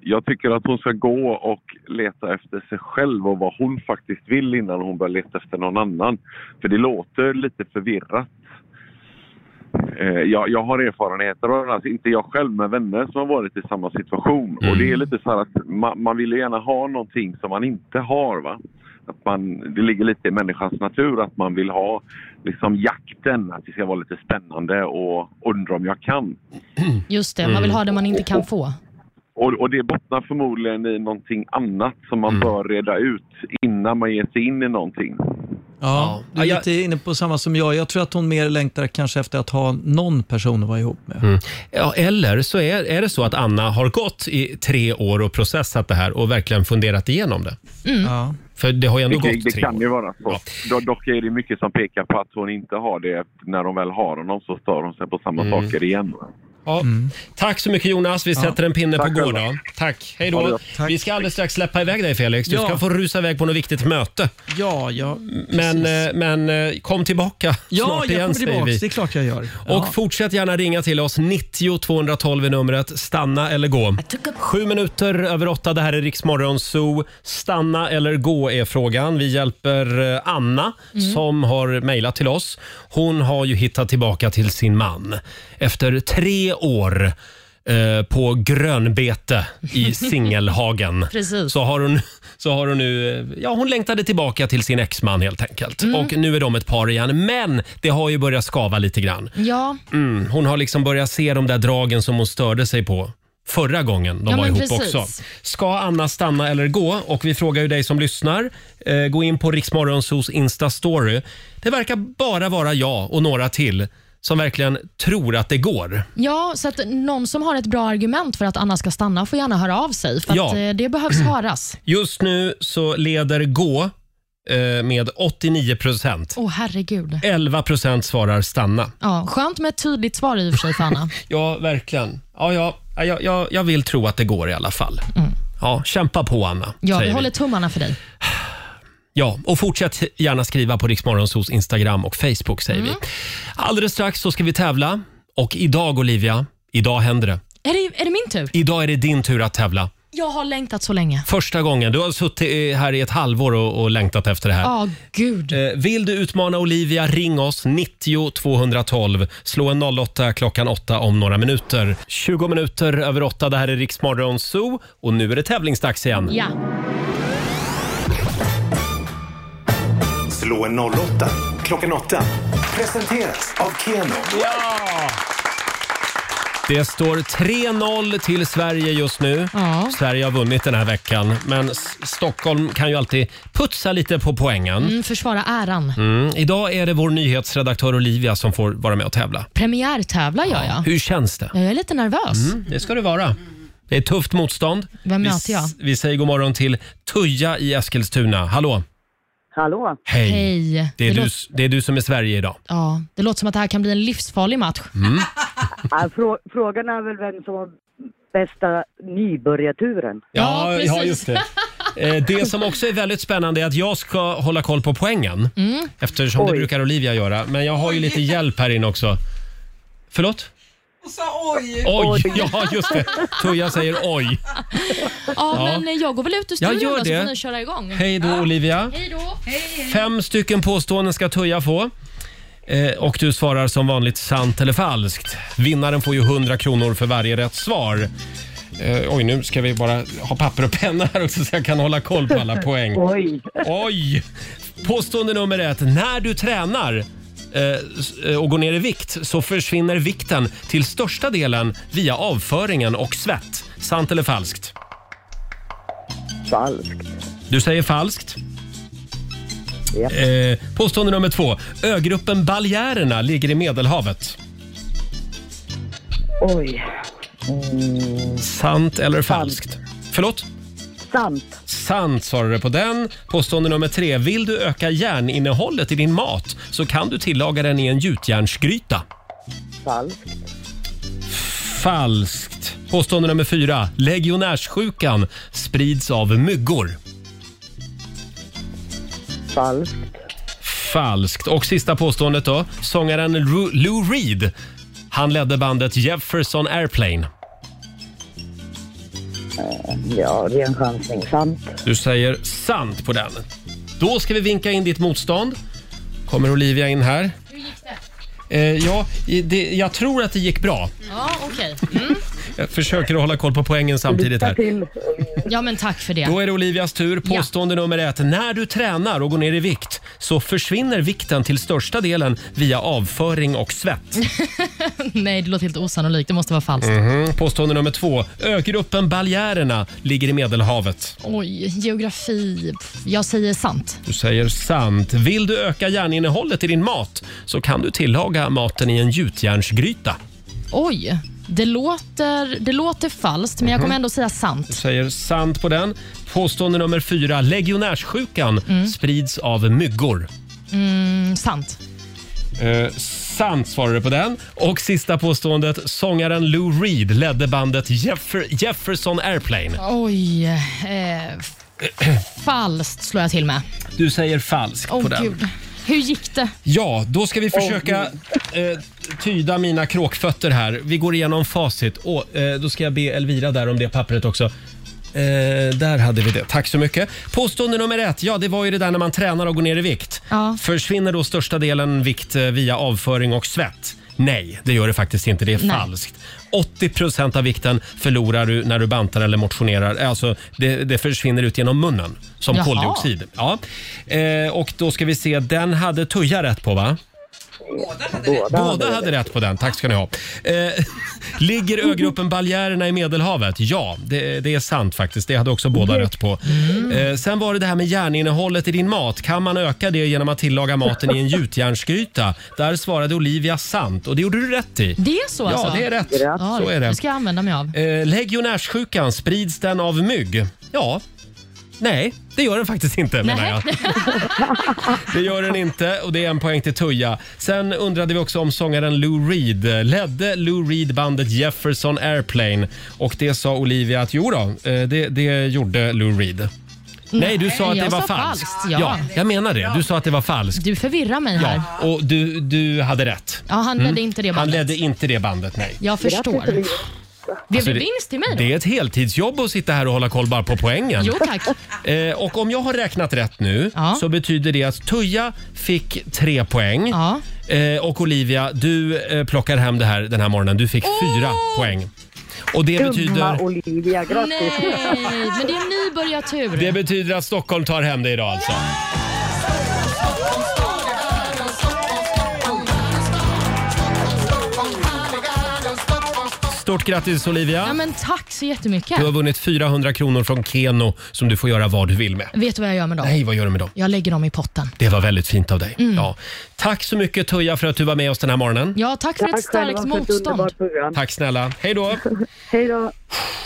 J: Jag tycker att hon ska gå och leta efter sig själv och vad hon faktiskt vill innan hon börjar leta efter någon annan. För det låter lite förvirrat. Eh, jag, jag har erfarenheter av det, alltså inte jag själv, men vänner som har varit i samma situation.
E: Mm.
J: Och det är lite så här att man, man vill ju gärna ha någonting som man inte har. Va? Att man, det ligger lite i människans natur att man vill ha liksom jakten, att det ska vara lite spännande och undra om jag kan.
B: Just det, man vill ha det man inte kan få.
J: Och, och det bottnar förmodligen i någonting annat som man bör reda ut innan man ger sig in i någonting.
H: Ja, du är lite inne på samma som jag. Jag tror att hon mer längtar kanske efter att ha någon person att vara ihop med.
A: Mm. Ja, eller så är, är det så att Anna har gått i tre år och processat det här och verkligen funderat igenom det.
H: Ja.
A: För det har ju ändå
J: Det,
A: gått
J: det
A: tre
J: kan
A: år.
J: ju vara så. Do, dock är det mycket som pekar på att hon inte har det. När de väl har honom så stör hon sig på samma
A: Mm.
J: saker igen.
A: Ja.
H: Mm.
A: Tack så mycket Jonas. Vi sätter en pinne
J: Tack
A: på
J: själva.
A: gården. Tack. Hej
J: Ha det
A: då.
J: gott.
A: Vi ska alldeles strax släppa iväg dig Felix. Du
H: Ja.
A: ska få rusa iväg på något viktigt möte.
H: Ja, ja.
A: Men, eh, men eh, kom tillbaka
H: Ja,
A: snart
H: jag
A: igen
H: kommer
A: säger vi.
H: tillbaks. Det är klart jag gör. Ja.
A: Och fortsätt gärna ringa till oss. 90 212 är numret. Stanna eller gå. Sju minuter över åtta. Det här är Riksmorgon Zoo. Stanna eller gå är frågan. Vi hjälper eh, Anna som har mejlat till oss. Hon har ju hittat tillbaka till sin man efter tre år eh, på grönbete i singelhagen.
B: Precis.
A: Så har hon, så har hon nu, eh, ja hon längtade tillbaka till sin exman helt enkelt. Och nu är de ett par igen. Men det har ju börjat skava lite grann.
B: Ja,
A: Mm, hon har liksom börjat se de där dragen som hon störde sig på förra gången de
B: Ja,
A: var
B: men
A: ihop
B: precis.
A: också. Ska Anna stanna eller gå? Och vi frågar ju dig som lyssnar. Eh, gå in på Riksmorgonsos Insta-story. Det verkar bara vara jag och några till som verkligen tror att det går.
B: ja, så att någon som har ett bra argument för att Anna ska stanna får gärna höra av sig. För
A: Ja.
B: att eh, det behövs höras.
A: Just nu så leder gå eh, med 89 procent.
B: Åh herregud.
A: 11 procent svarar stanna.
B: Ja, skönt med ett tydligt svar i och för sig för Anna.
A: Ja, verkligen. Ja, ja, ja, jag- jag, jag vill tro att det går i alla fall. Ja, kämpa på Anna,
B: Mm. Ja, vi
A: säger vi.
B: håller tummarna för dig.
A: Ja, och fortsätt gärna skriva på Riksmorgonsos Instagram och Facebook säger
B: Mm.
A: vi. Alldeles strax så ska vi tävla och idag Olivia, idag händer det.
B: Är det, är det min tur?
A: Idag är det din tur att tävla.
B: Jag har längtat så länge.
A: Första gången. Du har suttit eh, här i ett halvår och, och längtat efter det här.
B: Ja, gud.
A: Eh, Vill du utmana Olivia, ring oss 90 212. Slå en 08 klockan 8 om några minuter. 20 minuter över 8, det här är Riksmorgon Zoo och nu är det tävlingsdags igen.
B: Ja.
F: Slå en 08 klockan 8. Presenteras av Keno.
A: Det står 3-0 till Sverige just nu.
B: Ja.
A: Sverige har vunnit den här veckan, men S- Stockholm kan ju alltid putsa lite på poängen.
B: Mm, försvara äran.
A: Mm. Idag är det vår nyhetsredaktör Olivia som får vara med och tävla.
B: Premiärtävlar gör jag.
A: Hur känns det?
B: Ja, Jag är lite nervös.
A: Det ska det vara. Det är ett tufft motstånd.
B: Vem
A: vi,
B: möter jag?
A: s- vi säger god morgon till Tuija i Eskilstuna. Hallå!
G: Hallå?
A: Hej!
B: Hej.
A: Det, är du,
B: låter,
A: s- det är du som är Sverige idag.
B: ja, det låter som att det här kan bli en livsfarlig match.
G: Ja, frå, frågan är väl vem som har bästa nybörjarturen.
B: Ja, precis.
A: det. Eh, Det som också är väldigt spännande är att jag ska hålla koll på poängen.
B: Mm.
A: Eftersom det
G: Oj.
A: brukar Olivia göra. Men jag har ju lite hjälp här inne också. Förlåt?
I: oj!
A: Oj! Ja, just det. Tuija säger oj.
B: Ja, men eh, jag går väl ut ur
A: Jag
B: studion
A: gör
B: då, så
A: det.
B: får ni köra igång.
A: Hej då Olivia.
B: Hej då.
A: Fem stycken påståenden ska Tuija få. Eh, och du svarar som vanligt sant eller falskt. Vinnaren får ju 100 kronor för varje rätt svar. Eh, oj, nu ska vi bara ha papper och penna här också så jag kan hålla koll på alla poäng.
G: Oj!
A: Oj! Påstående nummer ett. När du tränar eh, s- eh, och går ner i vikt så försvinner vikten till största delen via avföringen och svett. Sant eller falskt?
G: Falskt.
A: Du säger falskt.
G: Japp.
A: Eh, påstående nummer två. Ögruppen Baljärerna ligger i Medelhavet.
G: Oj.
A: Mm, Sant eller falskt? Förlåt?
G: Sant.
A: Sant svarar du på den. Påstående nummer tre. Vill du öka järninnehållet i din mat så kan du tillaga den i en gjutjärnsgryta.
G: Falskt.
A: Falskt. Påstående nummer fyra. Legionärssjukan sprids av myggor.
G: Falskt.
A: Falskt. Och sista påståendet då. Sångaren Ru- Lou Reed. Han ledde bandet Jefferson Airplane.
G: Eh, Ja, det är en chansning. Sant.
A: Du säger sant på den. Då ska vi vinka in ditt motstånd. Kommer Olivia in här.
B: Hur gick det?
A: Eh, ja, i- det, jag tror att det gick bra.
B: Ja, okej.
A: Jag försöker att hålla koll på poängen samtidigt här.
B: Ja, men tack för det.
A: Då är det Olivias tur. Påstående nummer ett. När du tränar och går ner i vikt så försvinner vikten till största delen via avföring och svett.
B: Nej, det låter helt osannolikt. Det måste vara falskt.
A: Mhm. Påstående nummer två. Ögruppen Baljärerna ligger i Medelhavet.
B: Oj, geografi. Pff, Jag säger sant.
A: Du säger sant. Vill du öka järninnehållet i din mat så kan du tillaga maten i en gjutjärnsgryta.
B: Oj, det låter, det låter falskt, men jag kommer
A: Mhm.
B: ändå säga sant.
A: Du säger sant på den. Påstående nummer fyra. Legionärssjukan sprids av myggor.
B: Mm, sant.
A: Eh, sant svarar du på den. Och sista påståendet. Sångaren Lou Reed ledde bandet Jeffer- Jefferson Airplane.
B: Oj. Eh, f- falskt slår jag till med.
A: Du säger falskt
B: Åh
A: på den.
B: gud. Hur gick det?
A: Ja, då ska vi försöka eh, tyda mina kråkfötter här. Vi går igenom facit. Och, eh, då ska jag be Elvira där om det pappret också. Eh, där hade vi det. Tack så mycket. Påstående nummer ett. Ja, det var ju det där när man tränar och går ner i vikt.
B: Ja.
A: Försvinner då största delen vikt eh, via avföring och svett? Nej, det gör det faktiskt inte. Det är
B: Nej.
A: falskt. 80 av vikten förlorar du när du bantar eller motionerar. Alltså, det, det försvinner ut genom munnen som
B: Jaha.
A: koldioxid. Ja. Eh, och då ska vi se, den hade Tuija rätt på va? Båda hade, rätt på den. Tack ska ni ha. Eh, ligger ögruppen Baljärerna i Medelhavet? Ja, det, det är sant faktiskt. Det hade också båda rätt på.
B: Mm.
A: Eh, sen var det det här med järninnehållet i din mat. Kan man öka det genom att tillaga maten i en gjutjärnsgryta? Där svarade Olivia sant och det gjorde du rätt i.
B: Det är så
A: ja,
B: alltså?
A: det är rätt.
B: Ja,
A: Så är det.
B: Det ska jag använda mig av.
A: Eh, legionärssjukan, sprids den av mygg? Ja. Nej, det gör den faktiskt inte menar jag. Det gör den inte och det är en poäng till Tuija. Sen undrade vi också om sångaren Lou Reed. Ledde Lou Reed bandet Jefferson Airplane? Och det sa Olivia att jo då, eh, det, det gjorde Lou Reed. Nej, du sa att
B: jag
A: det var
B: sa
A: falskt.
B: falskt, ja.
A: ja. jag menar det. Du sa att det var falskt.
B: Du förvirrar mig här.
A: Ja, och du, du hade rätt.
B: Ja, Mm. han ledde inte det
A: Han
B: bandet.
A: ledde inte det bandet, nej.
B: Jag förstår. Blev
A: Alltså,
B: det
A: det-
B: vinst till mig då?
A: Det är ett heltidsjobb att sitta här och hålla koll bara på poängen.
B: Jo tack.
A: Eh, och om jag har räknat rätt nu så betyder det att Tuija fick tre poäng. Eh, och Olivia, du eh, plockar hem det här den här morgonen. Du fick fyra poäng. Och det
G: Dumma
A: betyder...
G: Olivia, grattis.
B: Nej, men det är nybörjartur.
A: Det betyder att Stockholm tar hem det idag alltså. Stort grattis Olivia!
B: Ja, men tack så jättemycket.
A: Du har vunnit 400 kronor från Keno som du får göra vad du vill med.
B: Vet du vad jag gör med dem?
A: Nej, vad gör du med dem?
B: Jag lägger dem i potten.
A: Det var väldigt fint av dig.
B: Mm.
A: Ja. Tack så mycket Tuija för att du var med oss den här morgonen.
B: Ja, tack för ett starkt motstånd.
A: Tack snälla. Hej då.
G: Hej då.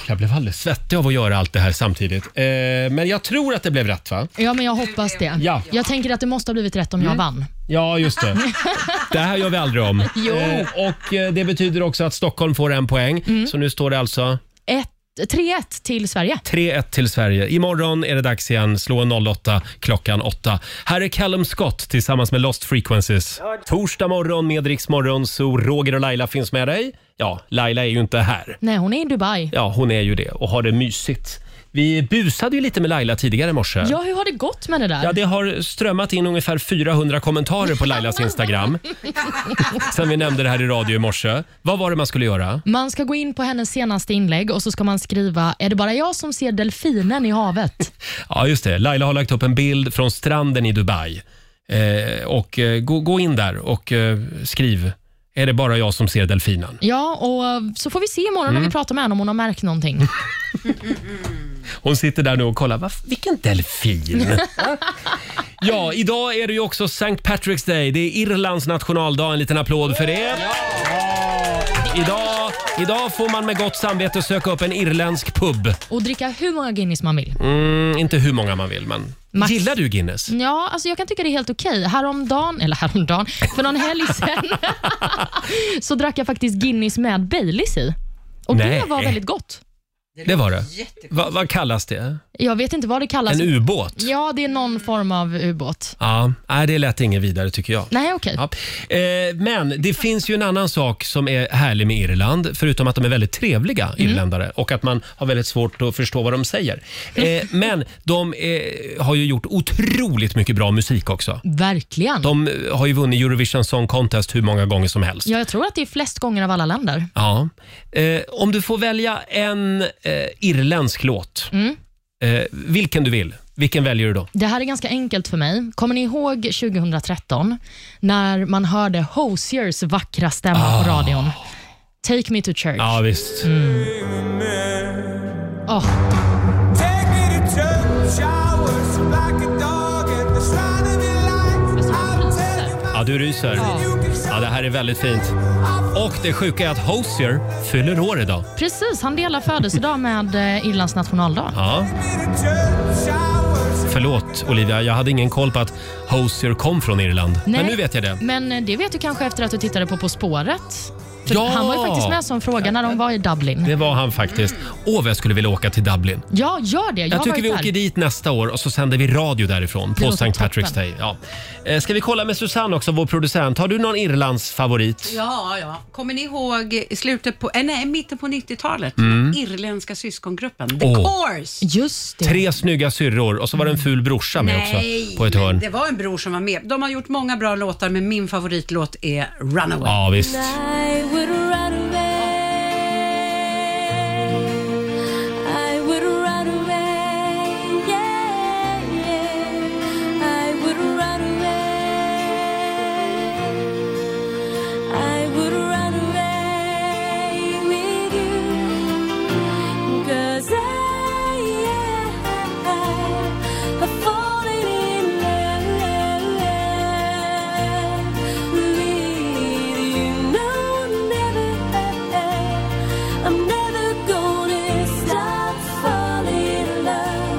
A: Jag blev alldeles svettig av att göra allt det här samtidigt. Eh, men jag tror att det blev rätt va?
B: Ja, men jag hoppas det.
A: Ja. Mm.
B: Jag tänker att det måste ha blivit rätt om jag vann.
A: Ja, just det. Det här gör vi aldrig om.
B: Jo.
A: Eh, och eh, det betyder också att Stockholm får en poäng.
B: Mm.
A: Så nu står det alltså
B: Ett- 3-1 till Sverige.
A: 3-1 till Sverige. Imorgon är det dags igen. Slå en 08 klockan 8. Här är Callum Scott tillsammans med Lost Frequencies. Torsdag morgon med Rix Morgon, så Roger och Laila finns med dig. Ja, Laila är ju inte här.
B: Nej, hon är i Dubai.
A: Ja, hon är ju det och har det mysigt. Vi busade ju lite med Laila tidigare i morse.
B: Ja, hur har det gått med det där?
A: Ja, det har strömmat in ungefär 400 kommentarer på Lailas Instagram sen vi nämnde det här i radio i morse. Vad var det man skulle göra?
B: Man ska gå in på hennes senaste inlägg och så ska man skriva “Är det bara jag som ser delfinen i havet?”
A: Ja, just det. Laila har lagt upp en bild från stranden i Dubai. Eh, och eh, gå, gå in där och eh, skriv. Är det bara jag som ser delfinen?
B: Ja, och så får vi se imorgon
A: Mm.
B: när vi pratar med henne om hon har märkt någonting.
A: Hon sitter där nu och kollar. "Va, vilken delfin? ja, idag är det ju också St. Patrick's Day. Det är Irlands nationaldag. En liten applåd för det. Idag, idag får man med gott samvete söka upp en irländsk pub.
B: Och dricka hur många Guinness man vill.
A: Mm, inte hur många man vill, men...
B: Max.
A: Gillar du Guinness?
B: Ja, alltså jag kan tycka det är helt okej. Häromdagen, eller häromdagen, för någon helg sedan så drack jag faktiskt Guinness med Baileys i. Och
A: Nej.
B: det var väldigt gott.
A: Det var det. Va, vad kallas det?
B: Jag vet inte vad det kallas.
A: En ubåt?
B: Alltså- Ja, det är någon form av ubåt.
A: Ja, nej, det lät inget vidare tycker jag.
B: Nej, okej.
A: Ja. Eh, men det finns ju en annan sak som är härlig med Irland, förutom att de är väldigt trevliga irländare och att man har väldigt svårt att förstå vad de säger. Eh, men de eh, har ju gjort otroligt mycket bra musik också.
B: Verkligen.
A: De eh, har ju vunnit Eurovision Song Contest hur många gånger som helst.
B: Ja, jag tror att det är flest gånger av alla länder.
A: Ja. Eh, om du får välja en eh, irländsk låt,
B: Mm.
A: eh, vilken du vill, vilken väljer du då?
B: Det här är ganska enkelt för mig. Kommer ni ihåg 2013 när man hörde Hosiers vackra stämma på
A: Ah.
B: radion? Take me to church.
A: Ja, visst.
B: Åh,
I: Take me to church, I was like a dog at the sign of the lights. I'll tell you
A: Ja, du ryser. Ja, det här är väldigt fint. Och det sjuka är att Hosier fyller år idag.
B: Precis, han delar födelsedag med eh, Irlands nationaldag.
A: Ja. Förlåt Olivia, jag hade ingen koll på att Hosier kom från Irland.
B: Nej,
A: Men nu vet jag det.
B: Men eh, det vet du kanske efter att du tittade på På spåret. För
A: Ja!
B: Han var ju faktiskt med som fråga när de var i Dublin.
A: Det var han faktiskt. Åh, vad jag skulle vilja åka till Dublin.
B: Ja, gör det. Jag,
A: Jag,
B: har
A: tycker
B: varit
A: vi
B: där.
A: åker dit nästa år och så sänder vi radio därifrån på St.
B: låter
A: Patrick's
B: toppen.
A: Day. Ja. Eh, Ska vi kolla med Susanne också, vår producent. Har du någon Irlands favorit?
C: Ja, ja. Kommer ni ihåg i slutet på, eh, nej, mitten på 90-talet?
A: Mm.
C: Irländska syskongruppen, The
A: Åh.
C: Corrs.
B: Just
A: Tre snygga syrror och så var det en
B: Mm.
A: ful brorsa med
C: Nej,
A: också på ett
C: men
A: hörn.
C: det var en bror som var med. De har gjort många bra låtar, men min favoritlåt är Runaway.
A: Ja, visst.
I: I would run away. I would run away. Yeah, yeah. I would run away. I would run away with you. 'Cause I am falling in love with you. No, never. I'm never gonna stop falling in love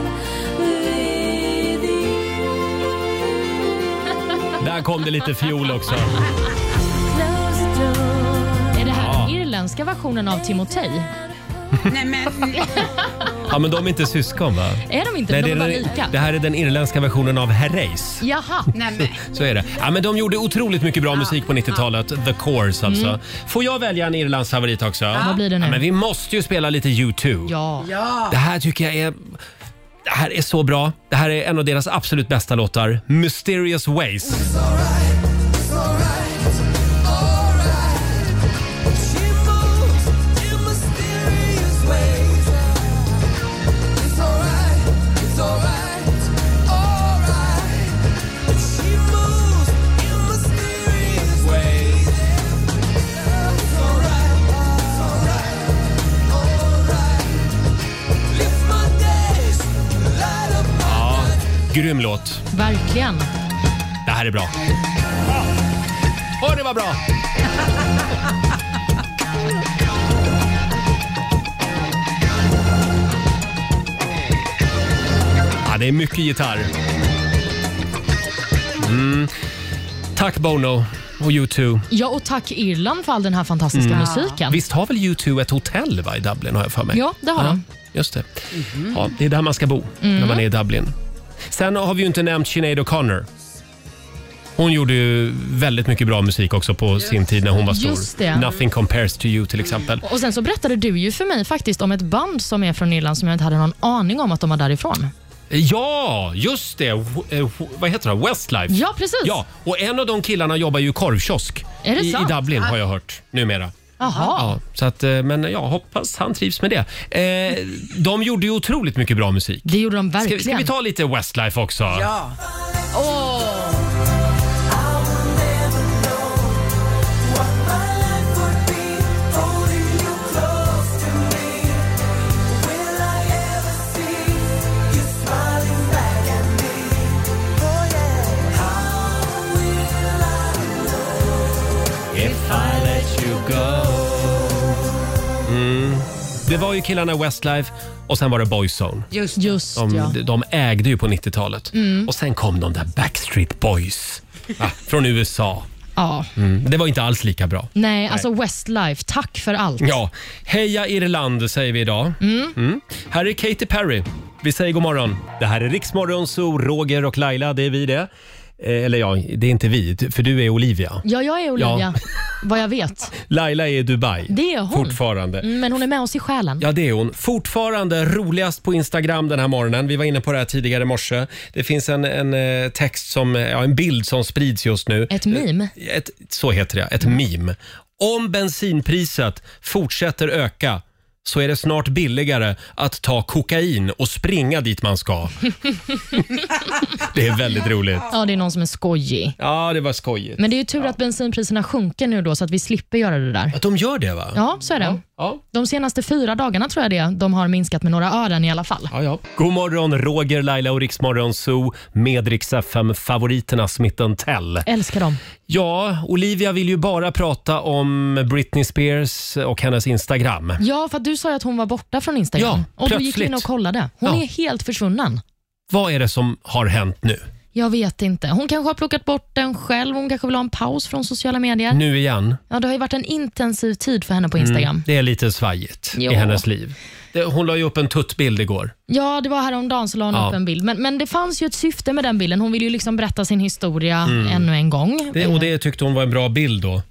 I: with you.
A: Där kom det lite fiol också.
I: Close the door.
B: Är det här
A: Ja.
B: den irländska versionen av Timotej?
C: Nej, men,
A: Ja, men de är inte syskon va?
B: Är de inte?
A: Nej, det,
B: de
A: är
B: är bara
A: den,
B: lika.
A: det här är den irländska versionen av Herreys.
B: Jaha.
C: nej, men.
A: Så är det. Ja, men de gjorde otroligt mycket bra musik på 90-talet. The Corrs alltså. Får jag välja en Irlands favorit också?
B: Mm. Vad blir det nu?
A: Ja, men vi måste ju spela lite U2.
B: Ja.
C: Ja.
A: Det här tycker jag är... Det här är så bra. Det här är en av deras absolut bästa låtar. Mysterious Ways. Ja, grym låt.
B: Verkligen.
A: Det här är bra. Ah! Åh, det var bra! Ja, det är mycket gitarr. Mm. Tack Bono och U2.
B: Ja, och tack Irland för all den här fantastiska
A: Mm.
B: musiken.
A: Visst har väl U2 ett hotell va, i Dublin? har jag för mig.
B: Ja, det har de.
A: Just det.
B: Mhm.
A: Ja, det är där man ska bo när
B: Mm.
A: man är i Dublin. Sen har vi ju inte nämnt Sinead O'Connor. Hon gjorde ju väldigt mycket bra musik också på sin tid när hon var stor.
B: Just det.
A: Nothing compares to you till exempel.
B: Och sen så berättade du ju för mig faktiskt om ett band som är från Irland som jag inte hade någon aning om att de var därifrån.
A: Ja, just det. W- eh, w- vad heter det? Westlife.
B: Ja, precis.
A: Ja, och en av de killarna jobbar ju i korvkiosk
B: Är det
A: i, i
B: sant? Ah.
A: Dublin har jag hört numera.
B: Jaha.
A: Ja, så att, eh, men jag hoppas han trivs med det. Eh, de gjorde ju otroligt mycket bra musik.
B: Det gjorde de
A: Ska,
B: verkligen.
A: ska vi ta lite Westlife också?
C: ja.
A: If I let you go mm. Det var ju killarna Westlife och sen var det Boyzone.
C: Just det.
B: Just
A: De,
B: ja.
A: de ägde ju på 90-talet. Och sen kom de där Backstreet Boys ah, från USA.
B: ja.
A: Mm. Det var inte alls lika bra.
B: Nej, alltså Westlife, tack för allt.
A: Ja, heja Irland säger vi idag. Mm. Här är Katy Perry. Vi säger god morgon. Det här är Riksmorgon, så Roger och Laila, det är vi det. Eh, Eller ja, det är inte vi, för du är Olivia.
B: Ja, jag är Olivia, vad jag vet.
A: Laila är i Dubai.
B: Det är hon.
A: Fortfarande.
B: Mm, Men hon är med oss i själen.
A: Ja, det är hon. Fortfarande roligast på Instagram den här morgonen. Vi var inne på det här tidigare i morse. Det finns en, en eh, text som, ja, en bild som sprids just nu. Eh,
B: Ett meme.
A: Ett, så heter det, ett meme. Om bensinpriset fortsätter öka så är det snart billigare att ta kokain och springa dit man ska. Det är väldigt roligt.
B: Ja, det är någon som är skojig.
A: Ja, det var skojigt.
B: Men det är ju tur att bensinpriserna sjunker nu då så att vi slipper göra det där.
A: Att de gör det va?
B: Ja, så är det. De senaste fyra dagarna tror jag det. De har minskat med några ören i alla fall.
A: Ja, ja. God morgon, Roger, Laila och Riksmorgon Zoo med Rix FM-favoriterna Smitten Tell.
B: Älskar dem.
A: Ja, Olivia vill ju bara prata om Britney Spears och hennes Instagram.
B: Ja, för att du sa ju att hon var borta från Instagram.
A: Ja,
B: och då gick vi in
A: plötsligt.
B: och kollade. Hon
A: Ja.
B: är helt försvunnen.
A: Vad är det som har hänt nu?
B: Jag vet inte. Hon kanske har plockat bort den själv. Hon kanske vill ha en paus från sociala medier.
A: Nu igen?
B: Ja, det har ju varit en intensiv tid för henne på Instagram.
A: Mm, det är lite svajigt
B: Ja.
A: i hennes liv. Det, hon la ju upp en tuttbild igår.
B: Ja, det var häromdagen så la hon
A: Ja.
B: upp en bild. Men, men det fanns ju ett syfte med den bilden. Hon ville ju liksom berätta sin historia
A: Mm.
B: ännu en gång.
A: Det, och det tyckte hon var en bra bild då.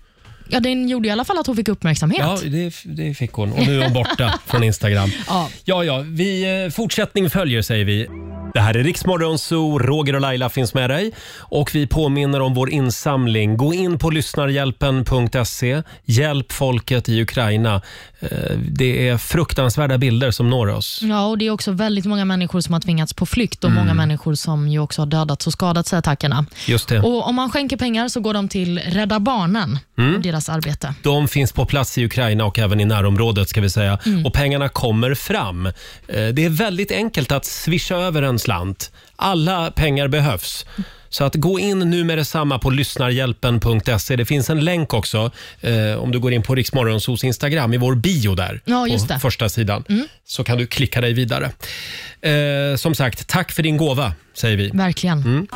B: Ja, den gjorde i alla fall att hon fick uppmärksamhet.
A: Ja, det, det fick hon. Och nu är hon borta från Instagram.
B: Ja.
A: Ja, ja, vi, eh, fortsättning följer säger vi. Det här är Riksmorgon Zoo, Roger och Laila finns med dig. Och vi påminner om vår insamling. Gå in på lyssnarhjälpen.se. Hjälp folket i Ukraina. Eh, Det är fruktansvärda bilder som når oss.
B: Ja, och det är också väldigt många människor som har tvingats på flykt
A: Mm.
B: och många människor som ju också har dödats och skadats i attackerna.
A: Just det.
B: Och Om man skänker pengar så går de till Rädda Barnen
A: Mm.
B: och deras arbete.
A: De finns på plats i Ukraina och även i närområdet ska vi säga.
B: Mm.
A: Och pengarna kommer fram. Eh, Det är väldigt enkelt att swisha över en slant. Alla pengar behövs. Så att gå in nu med detsamma på lyssnarhjälpen.se. Det finns en länk också eh, om du går in på Riksmorgonsos Instagram i vår bio där.
B: Ja, just
A: på
B: det. Mm.
A: första sidan. Så kan du klicka dig vidare. Eh, som sagt, tack för din gåva säger vi.
B: Verkligen.
A: Mm.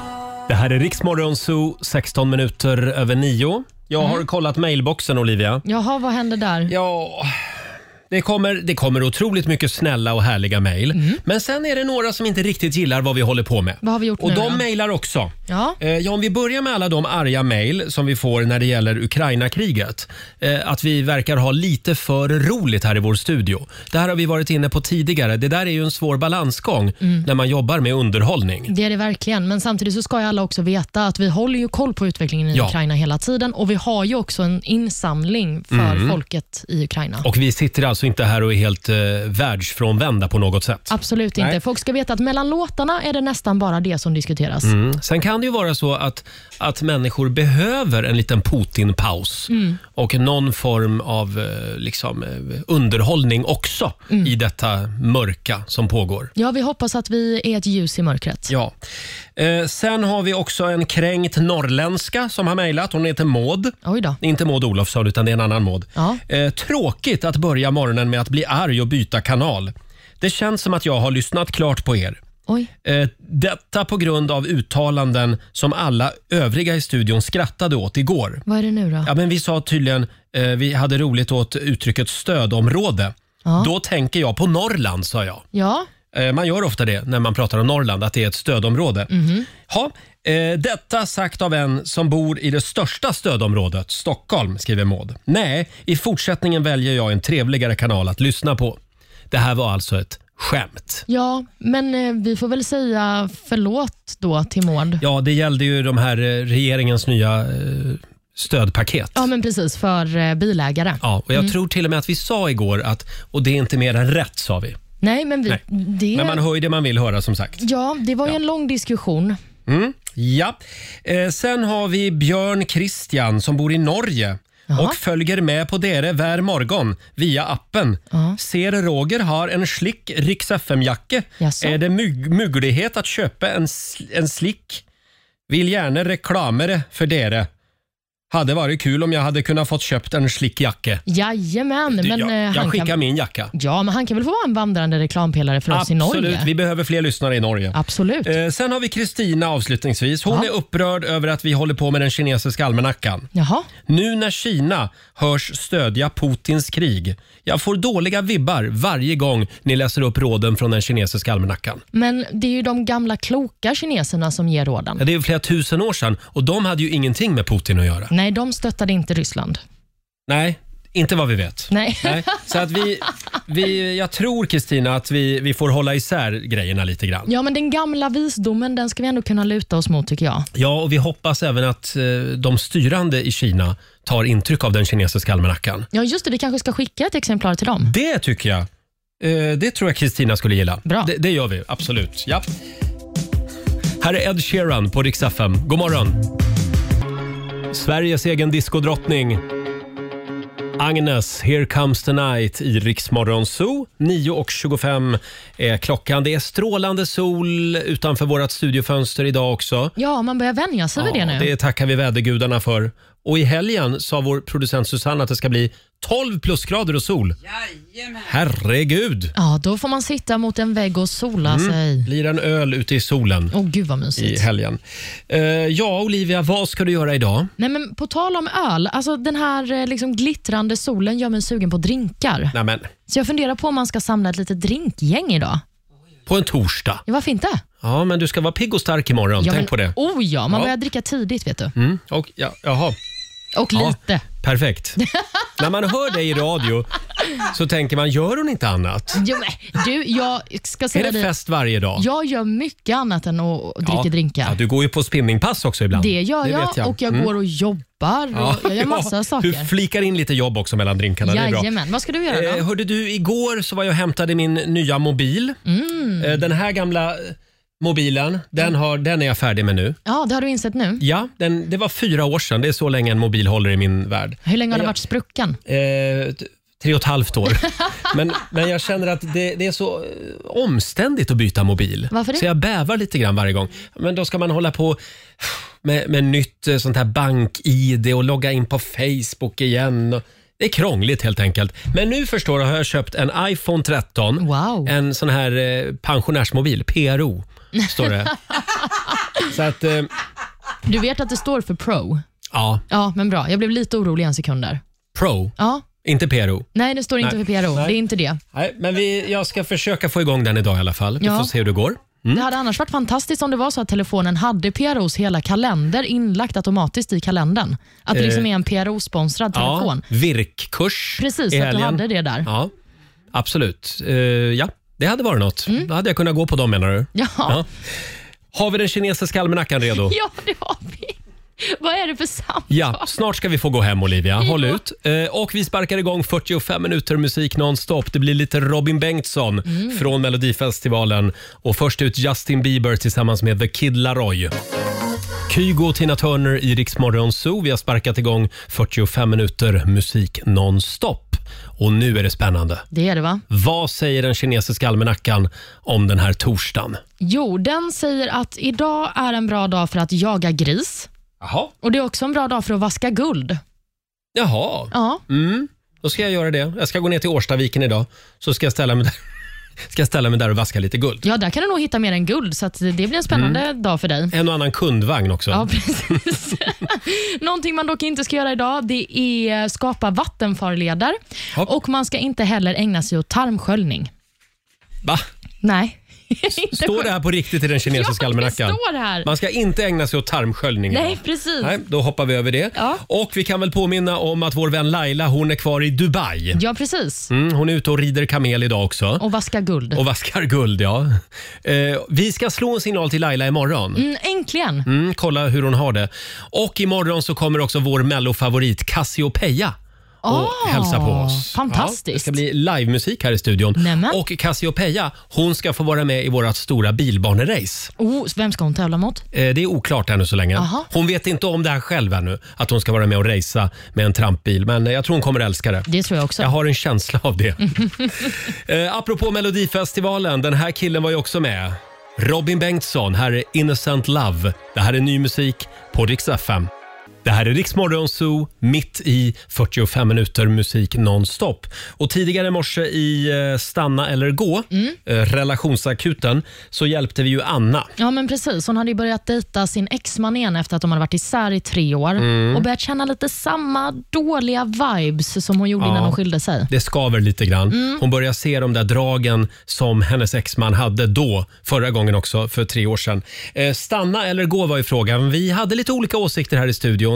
A: Det här är Riksmorgonso 16 minuter över nio. Jag
B: Mm.
A: har kollat mailboxen Olivia.
B: Jaha, vad hände där?
A: Ja, Det kommer, det kommer otroligt mycket snälla och härliga mejl. Men sen är det några som inte riktigt gillar vad vi håller på med.
B: Mm. Vad har vi gjort
A: Och
B: nu
A: de
B: då?
A: mejlar också.
B: Ja.
A: Eh, Ja, om vi börjar med alla de arga mejl som vi får när det gäller Ukraina-kriget. Eh, Att vi verkar ha lite för roligt här i vår studio. Det här har vi varit inne på tidigare. Det där är ju en svår balansgång
B: Mm.
A: när man jobbar med underhållning.
B: Det är det verkligen, men samtidigt så ska ju alla också veta att vi håller ju koll på utvecklingen i
A: Ja.
B: Ukraina hela tiden och vi har ju också en insamling för
A: Mm.
B: folket i Ukraina.
A: Och vi sitter alltså inte här och är helt eh, världsfrånvända på något sätt.
B: Absolut
A: Nej.
B: inte. Folk ska veta att mellan låtarna är det nästan bara det som diskuteras.
A: Mm. Sen kan det ju vara så att, att människor behöver en liten Putin-paus
B: Mm.
A: och någon form av eh, liksom, eh, underhållning också
B: Mm.
A: i detta mörka som pågår.
B: Ja, vi hoppas att vi är ett ljus i mörkret.
A: Ja. Eh, sen har vi också en kränkt norrländska som har mejlat. Hon heter Maud.
B: Oj då.
A: Det är inte Maud Olofsson, utan det är en annan Maud.
B: Ja.
A: Eh, tråkigt att börja morgonen med att bli arg och byta kanal. Det känns som att jag har lyssnat klart på er.
B: Oj.
A: Eh, Detta på grund av uttalanden som alla övriga i studion skrattade åt igår.
B: Vad är det nu då?
A: Ja, men vi sa tydligen, eh, vi hade roligt åt uttrycket stödområde.
B: Ja.
A: Då tänker jag på Norrland, sa jag.
B: Ja.
A: Eh, Man gör ofta det när man pratar om Norrland, att det är ett stödområde.
B: Mhm.
A: Ha, eh, detta sagt av en som bor i det största stödområdet, Stockholm, skriver Maud. Nej, i fortsättningen väljer jag en trevligare kanal att lyssna på. Det här var alltså ett skämt.
B: ja, men eh, vi får väl säga förlåt då till Maud.
A: Ja, det gällde ju de här eh, regeringens nya eh, stödpaket.
B: Ja, men Mm. precis. För eh, bilägare.
A: Ja, och jag tror till och med att vi sa igår att, och det är inte mer än rätt sa vi.
B: Nej, men vi...
A: Nej.
B: Det...
A: Men man hör ju det man vill höra som sagt.
B: Ja, det var ju en lång diskussion.
A: Mm, ja. Eh, sen har vi Björn Christian som bor i Norge och följer med på dere var morgon via appen. Ser Roger har en slick Rix FM-jacke.
B: Jaså?
A: Är det myg- möjlighet att köpa en, sl- en slick? Vill gärna reklamera för dere. Hade varit kul om jag hade kunnat fått köpt en slick jacka.
B: Jajamän, men eh,
A: jag, jag
B: han
A: skickar
B: kan,
A: min jacka.
B: Ja, men han kan väl få vara en vandrande reklampelare för oss i Norge?
A: Absolut, vi behöver fler lyssnare i Norge.
B: Absolut.
A: Eh, sen har vi Kristina avslutningsvis. Hon är upprörd över att vi håller på med den kinesiska almanackan.
B: Jaha.
A: Nu när Kina hörs stödja Putins krig. Jag får dåliga vibbar varje gång ni läser upp råden från den kinesiska almanackan.
B: Men det är ju de gamla kloka kineserna som ger råden.
A: Ja, Det är ju flera tusen år sedan och de hade ju ingenting med Putin att göra.
B: Nej, de stöttade inte Ryssland.
A: Nej, inte vad vi vet.
B: Nej.
A: Så att vi, vi, jag tror Kristina att vi, vi får hålla isär grejerna lite grann.
B: Ja, men den gamla visdomen, den ska vi ändå kunna luta oss mot tycker jag.
A: Ja, och vi hoppas även att eh, de styrande i Kina tar intryck av den kinesiska almanackan.
B: Ja, just det. Vi kanske ska skicka ett exemplar till dem.
A: Det tycker jag. Eh, det tror jag Kristina skulle gilla. Bra. Det, det gör vi, absolut. Ja. Här är Ed Sheeran på Rix FM. God morgon! Sveriges egen diskodrottning. Agnes, Here comes the night i Rix Morgon Zoo. 9.25 är klockan. Det är strålande sol utanför vårt studiofönster idag också.
B: Ja, man börjar vänja sig vid det nu.
A: Det tackar vi vädergudarna för. Och i helgen sa vår producent Susanne att det ska bli 12 plusgrader och sol.
C: Jajamän.
A: Herregud!
B: Ja, då får man sitta mot en vägg och sola
A: Mm.
B: sig.
A: Blir en öl ute i solen
B: Åh, gud vad
A: i
B: mysigt.
A: helgen. Eh, ja, Olivia, vad ska du göra idag?
B: Nej, men på tal om öl, alltså den här eh, liksom glittrande solen gör mig sugen på drinkar.
A: Nej, men,
B: Så jag funderar på om man ska samla ett litet drinkgäng idag.
A: på en torsdag.
B: Ja, varför inte?
A: Ja, men du ska vara pigg och stark imorgon.
B: ja,
A: Tänk
B: men,
A: på det.
B: Oh ja, man
A: Ja.
B: börjar dricka tidigt vet du.
A: Mm, och, ja, jaha.
B: Och
A: Ja.
B: lite.
A: Perfekt. När man hör dig i radio så tänker man, gör hon inte annat?
B: Jo, men, du, jag ska
A: Är
B: säga
A: det
B: dig,
A: fest varje dag?
B: jag gör mycket annat än att dricka
A: Ja.
B: drinkar.
A: Ja, du går ju på spinningpass också ibland.
B: Det gör jag,
A: vet
B: och jag
A: Mm.
B: går och jobbar och jag gör massa saker.
A: Du flikar in lite jobb också mellan drinkarna. Det är bra.
B: Jajamän. Vad ska du göra då?
A: Eh, hörde du, igår så var jag och hämtade min nya mobil.
B: Mm.
A: Eh, den här gamla mobilen, den, har, den är jag färdig med nu.
B: Ja, det har du insett nu.
A: Ja, den, det var fyra år sedan. Det är så länge en mobil håller i min värld.
B: Hur länge har den
A: Jag-
B: varit sprucken?
A: Eh, t- tre och ett halvt år. men, men jag känner att det, det är så eh, omständigt att byta mobil.
B: Varför det?
A: Så jag bävar lite grann varje gång. Men då ska man hålla på med, med nytt eh, sånt här bank-id och logga in på Facebook igen. Och Det är krångligt helt enkelt. Men nu förstår du har jag köpt en iPhone 13.
B: Wow.
A: En sån här eh, pensionärsmobil, PRO, står det. så att, eh,
B: Du vet att det står för pro?
A: ja,
B: Ja, men bra. Jag blev lite orolig en sekund där.
A: Pro,
B: Ja.
A: inte PRO.
B: Nej, det står inte
A: Nej.
B: för PRO.
A: Nej.
B: Det är inte det.
A: Nej, men vi, jag ska försöka få igång den idag i alla fall. Vi
B: Ja.
A: får se hur det går.
B: Det hade annars varit fantastiskt om det var så att telefonen hade PROs hela kalender inlagt automatiskt i kalendern. Att det liksom
A: Eh.
B: är en PRO-sponsrad telefon.
A: Ja, virkkurs
B: Precis,
A: i
B: så att du
A: helgen.
B: hade det där.
A: Ja, absolut. Eh, ja, det hade varit något. Då hade jag kunnat gå på dem menar du?
B: Mm. Ja.
A: Ja. Har vi den kinesiska almanackan redo?
B: Ja, det har vi. Vad är det för samtal?
A: Ja, snart ska vi få gå hem Olivia. Håll ut. Eh, och vi sparkar igång 45 minuter musik nonstop. Det blir lite Robin Bengtsson från Melodifestivalen. Och först ut Justin Bieber tillsammans med The Kid Laroi. Kygo och Tina Turner i Rix Morgon Zoo. Vi har sparkat igång 45 minuter musik nonstop. Och nu är det spännande.
B: Det är det va?
A: Vad säger den kinesiska almanackan om den här torsdagen?
B: Jo, den säger att idag är en bra dag för att jaga gris.
A: Jaha.
B: Och det är också en bra dag för att vaska guld.
A: Jaha.
B: Ja.
A: Mm, då ska jag göra det. Jag ska gå ner till Årstaviken idag, så ska jag ställa mig där, ska jag ställa mig där och vaska lite guld.
B: Ja, där kan du nog hitta mer än guld, så att det blir en spännande
A: Mm.
B: dag för dig.
A: En och annan kundvagn också.
B: Ja, precis. Någonting man dock inte ska göra idag det är skapa vattenfarleder
A: Hopp.
B: och man ska inte heller ägna sig åt tarmsköljning.
A: Va?
B: Nej.
A: Står det här på riktigt i den kinesiska
B: Ja, det
A: almanackan?
B: står här.
A: Man ska inte ägna sig åt tarmsköljning idag.
B: Nej, precis.
A: Nej, då hoppar vi över det.
B: Ja.
A: Och vi kan väl påminna om att vår vän Laila, hon är kvar i Dubai.
B: Ja, precis.
A: Mm, hon är ute och rider kamel idag också.
B: Och vaska guld.
A: Och vaskar guld, ja. Eh, vi ska slå en signal till Laila imorgon.
B: Mm, äntligen.
A: Mm, kolla hur hon har det. Och imorgon så kommer också vår mellofavorit Cassiopeia och
B: Ah,
A: hälsa på oss.
B: fantastiskt.
A: Ja, det ska bli livemusik här i studion.
B: Nämen.
A: Och Cassiopeia, hon ska få vara med i vårt stora bilbanerace.
B: Oh, vem ska hon tävla mot?
A: Eh, Det är oklart ännu så länge.
B: Aha.
A: Hon vet inte om det här själv ännu, att hon ska vara med och racea med en trampbil. Men eh, jag tror hon kommer älska det.
B: Det tror jag också.
A: Jag har en känsla av det. eh, apropå Melodifestivalen, den här killen var ju också med. Robin Bengtsson, här är Innocent Love. Det här är ny musik på Rix FM. Det här är Riksmorgon Zoo, mitt i 45 minuter musik nonstop. Och tidigare i morse i eh, Stanna eller gå, eh, relationsakuten, så hjälpte vi ju Anna.
B: Ja, men precis. Hon hade ju börjat dejta sin exman igen efter att de hade varit isär i tre år
A: Mm.
B: och börjat känna lite samma dåliga vibes som hon gjorde
A: Ja.
B: innan hon skilde sig.
A: Det skaver lite grann.
B: Mm.
A: Hon börjar se de där dragen som hennes exman hade då, förra gången också, för tre år sedan. Eh, stanna eller gå var ju frågan. Vi hade lite olika åsikter här i studion.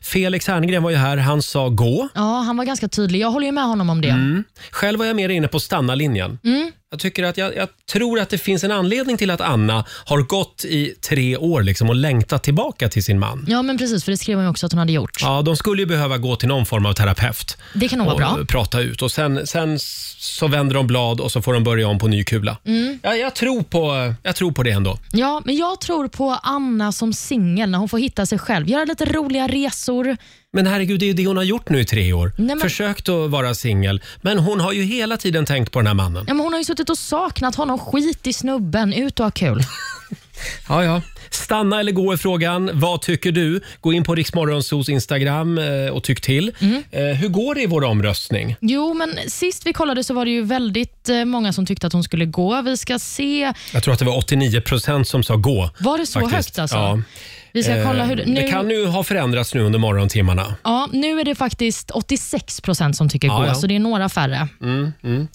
A: Felix Herngren var ju här, han sa gå.
B: Ja, han var ganska tydlig. Jag håller ju med honom om det.
A: Mm. Själv var jag mer inne på stanna-linjen.
B: Mm.
A: Jag, tycker att jag, jag tror att det finns en anledning till att Anna har gått i tre år liksom och längtat tillbaka till sin man.
B: Ja, men precis. För det skrev hon ju också att hon hade gjort.
A: Ja, de skulle ju behöva gå till någon form av terapeut.
B: Det kan nog vara
A: och
B: bra.
A: prata ut. Och sen, sen så vänder de blad och så får de börja om på ny kula.
B: Mm.
A: Ja, jag, tror på, jag tror på det ändå.
B: Ja, men jag tror på Anna som singel när hon får hitta sig själv. Göra lite roliga resor.
A: Men herregud, det är ju det hon har gjort nu i tre år.
B: Nej, men-
A: Försökt att vara singel. Men hon har ju hela tiden tänkt på den här mannen.
B: Ja, men hon har ju suttit och saknat honom. Skit i snubben. Ut och ha kul.
A: Ja, ja. Stanna eller gå är frågan. Vad tycker du? Gå in på Riksmorgonsos Instagram eh, och tyck till.
B: Mm.
A: Eh, Hur går det i vår omröstning?
B: Jo, men sist vi kollade så var det ju väldigt eh, många som tyckte att hon skulle gå. Vi ska se.
A: Jag tror att det var 89 procent som sa gå.
B: Var det så högt alltså? Vi ska kolla hur...
A: nu... Eh, Det kan ju ha förändrats nu under morgontimmarna.
B: Ja, nu är det faktiskt 86 procent som tycker
A: Ja,
B: gå,
A: ja.
B: så det är några färre.
A: Mm, mm.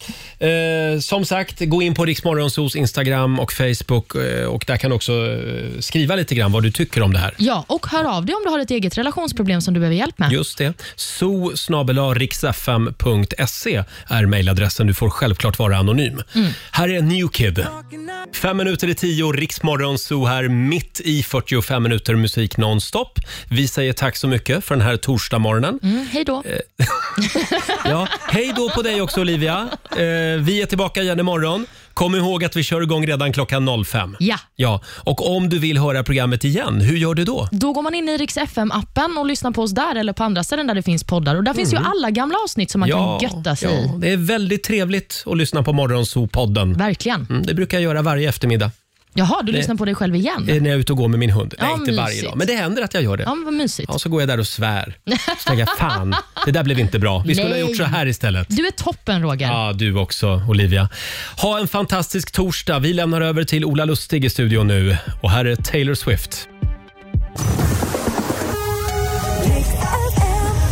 A: Eh, som sagt, gå in på Riksmorgonsos Instagram och Facebook eh, och där kan du också eh, skriva lite grann vad du tycker om det här.
B: Ja, och hör av dig om du har ett eget relationsproblem som du behöver hjälp med.
A: Just det. so är mejladressen. Du får självklart vara anonym. Här är New Kid. Fem minuter i tio, Riksmorgon Zoo här mitt i 45 minuter musik nonstop. Vi säger tack så mycket för den här torsdagmorgonen.
B: Mm, hej då.
A: Eh. Ja, hej då på dig också Olivia. Eh, vi är tillbaka igen imorgon. Kom ihåg att vi kör igång redan klockan 05.
B: Ja.
A: Ja, och om du vill höra programmet igen, hur gör du då?
B: Då går man in i Rix FM-appen och lyssnar på oss där eller på andra ställen där det finns poddar. Och Där finns ju
A: Mm.
B: alla gamla avsnitt som man
A: ja,
B: kan götta sig
A: ja,
B: i.
A: det är väldigt trevligt att lyssna på Morgonzoo-podden.
B: Verkligen.
A: Mm, det brukar jag göra varje eftermiddag
B: Jaha, du
A: Det-
B: lyssnar på dig själv igen?
A: eh, när jag är ute och går med min hund.
B: Ja,
A: Nej, inte varje
B: mysigt.
A: dag, men det händer att jag gör det.
B: Ja, men vad mysigt.
A: Ja, så går jag där och svär. Så tänker jag, fan, det där blev inte bra. Vi skulle
B: Nej.
A: ha gjort så här istället.
B: Du är toppen, Roger.
A: Ja, du också, Olivia. Ha en fantastisk torsdag. Vi lämnar över till Ola Lustig i studion nu. Och här är Taylor Swift.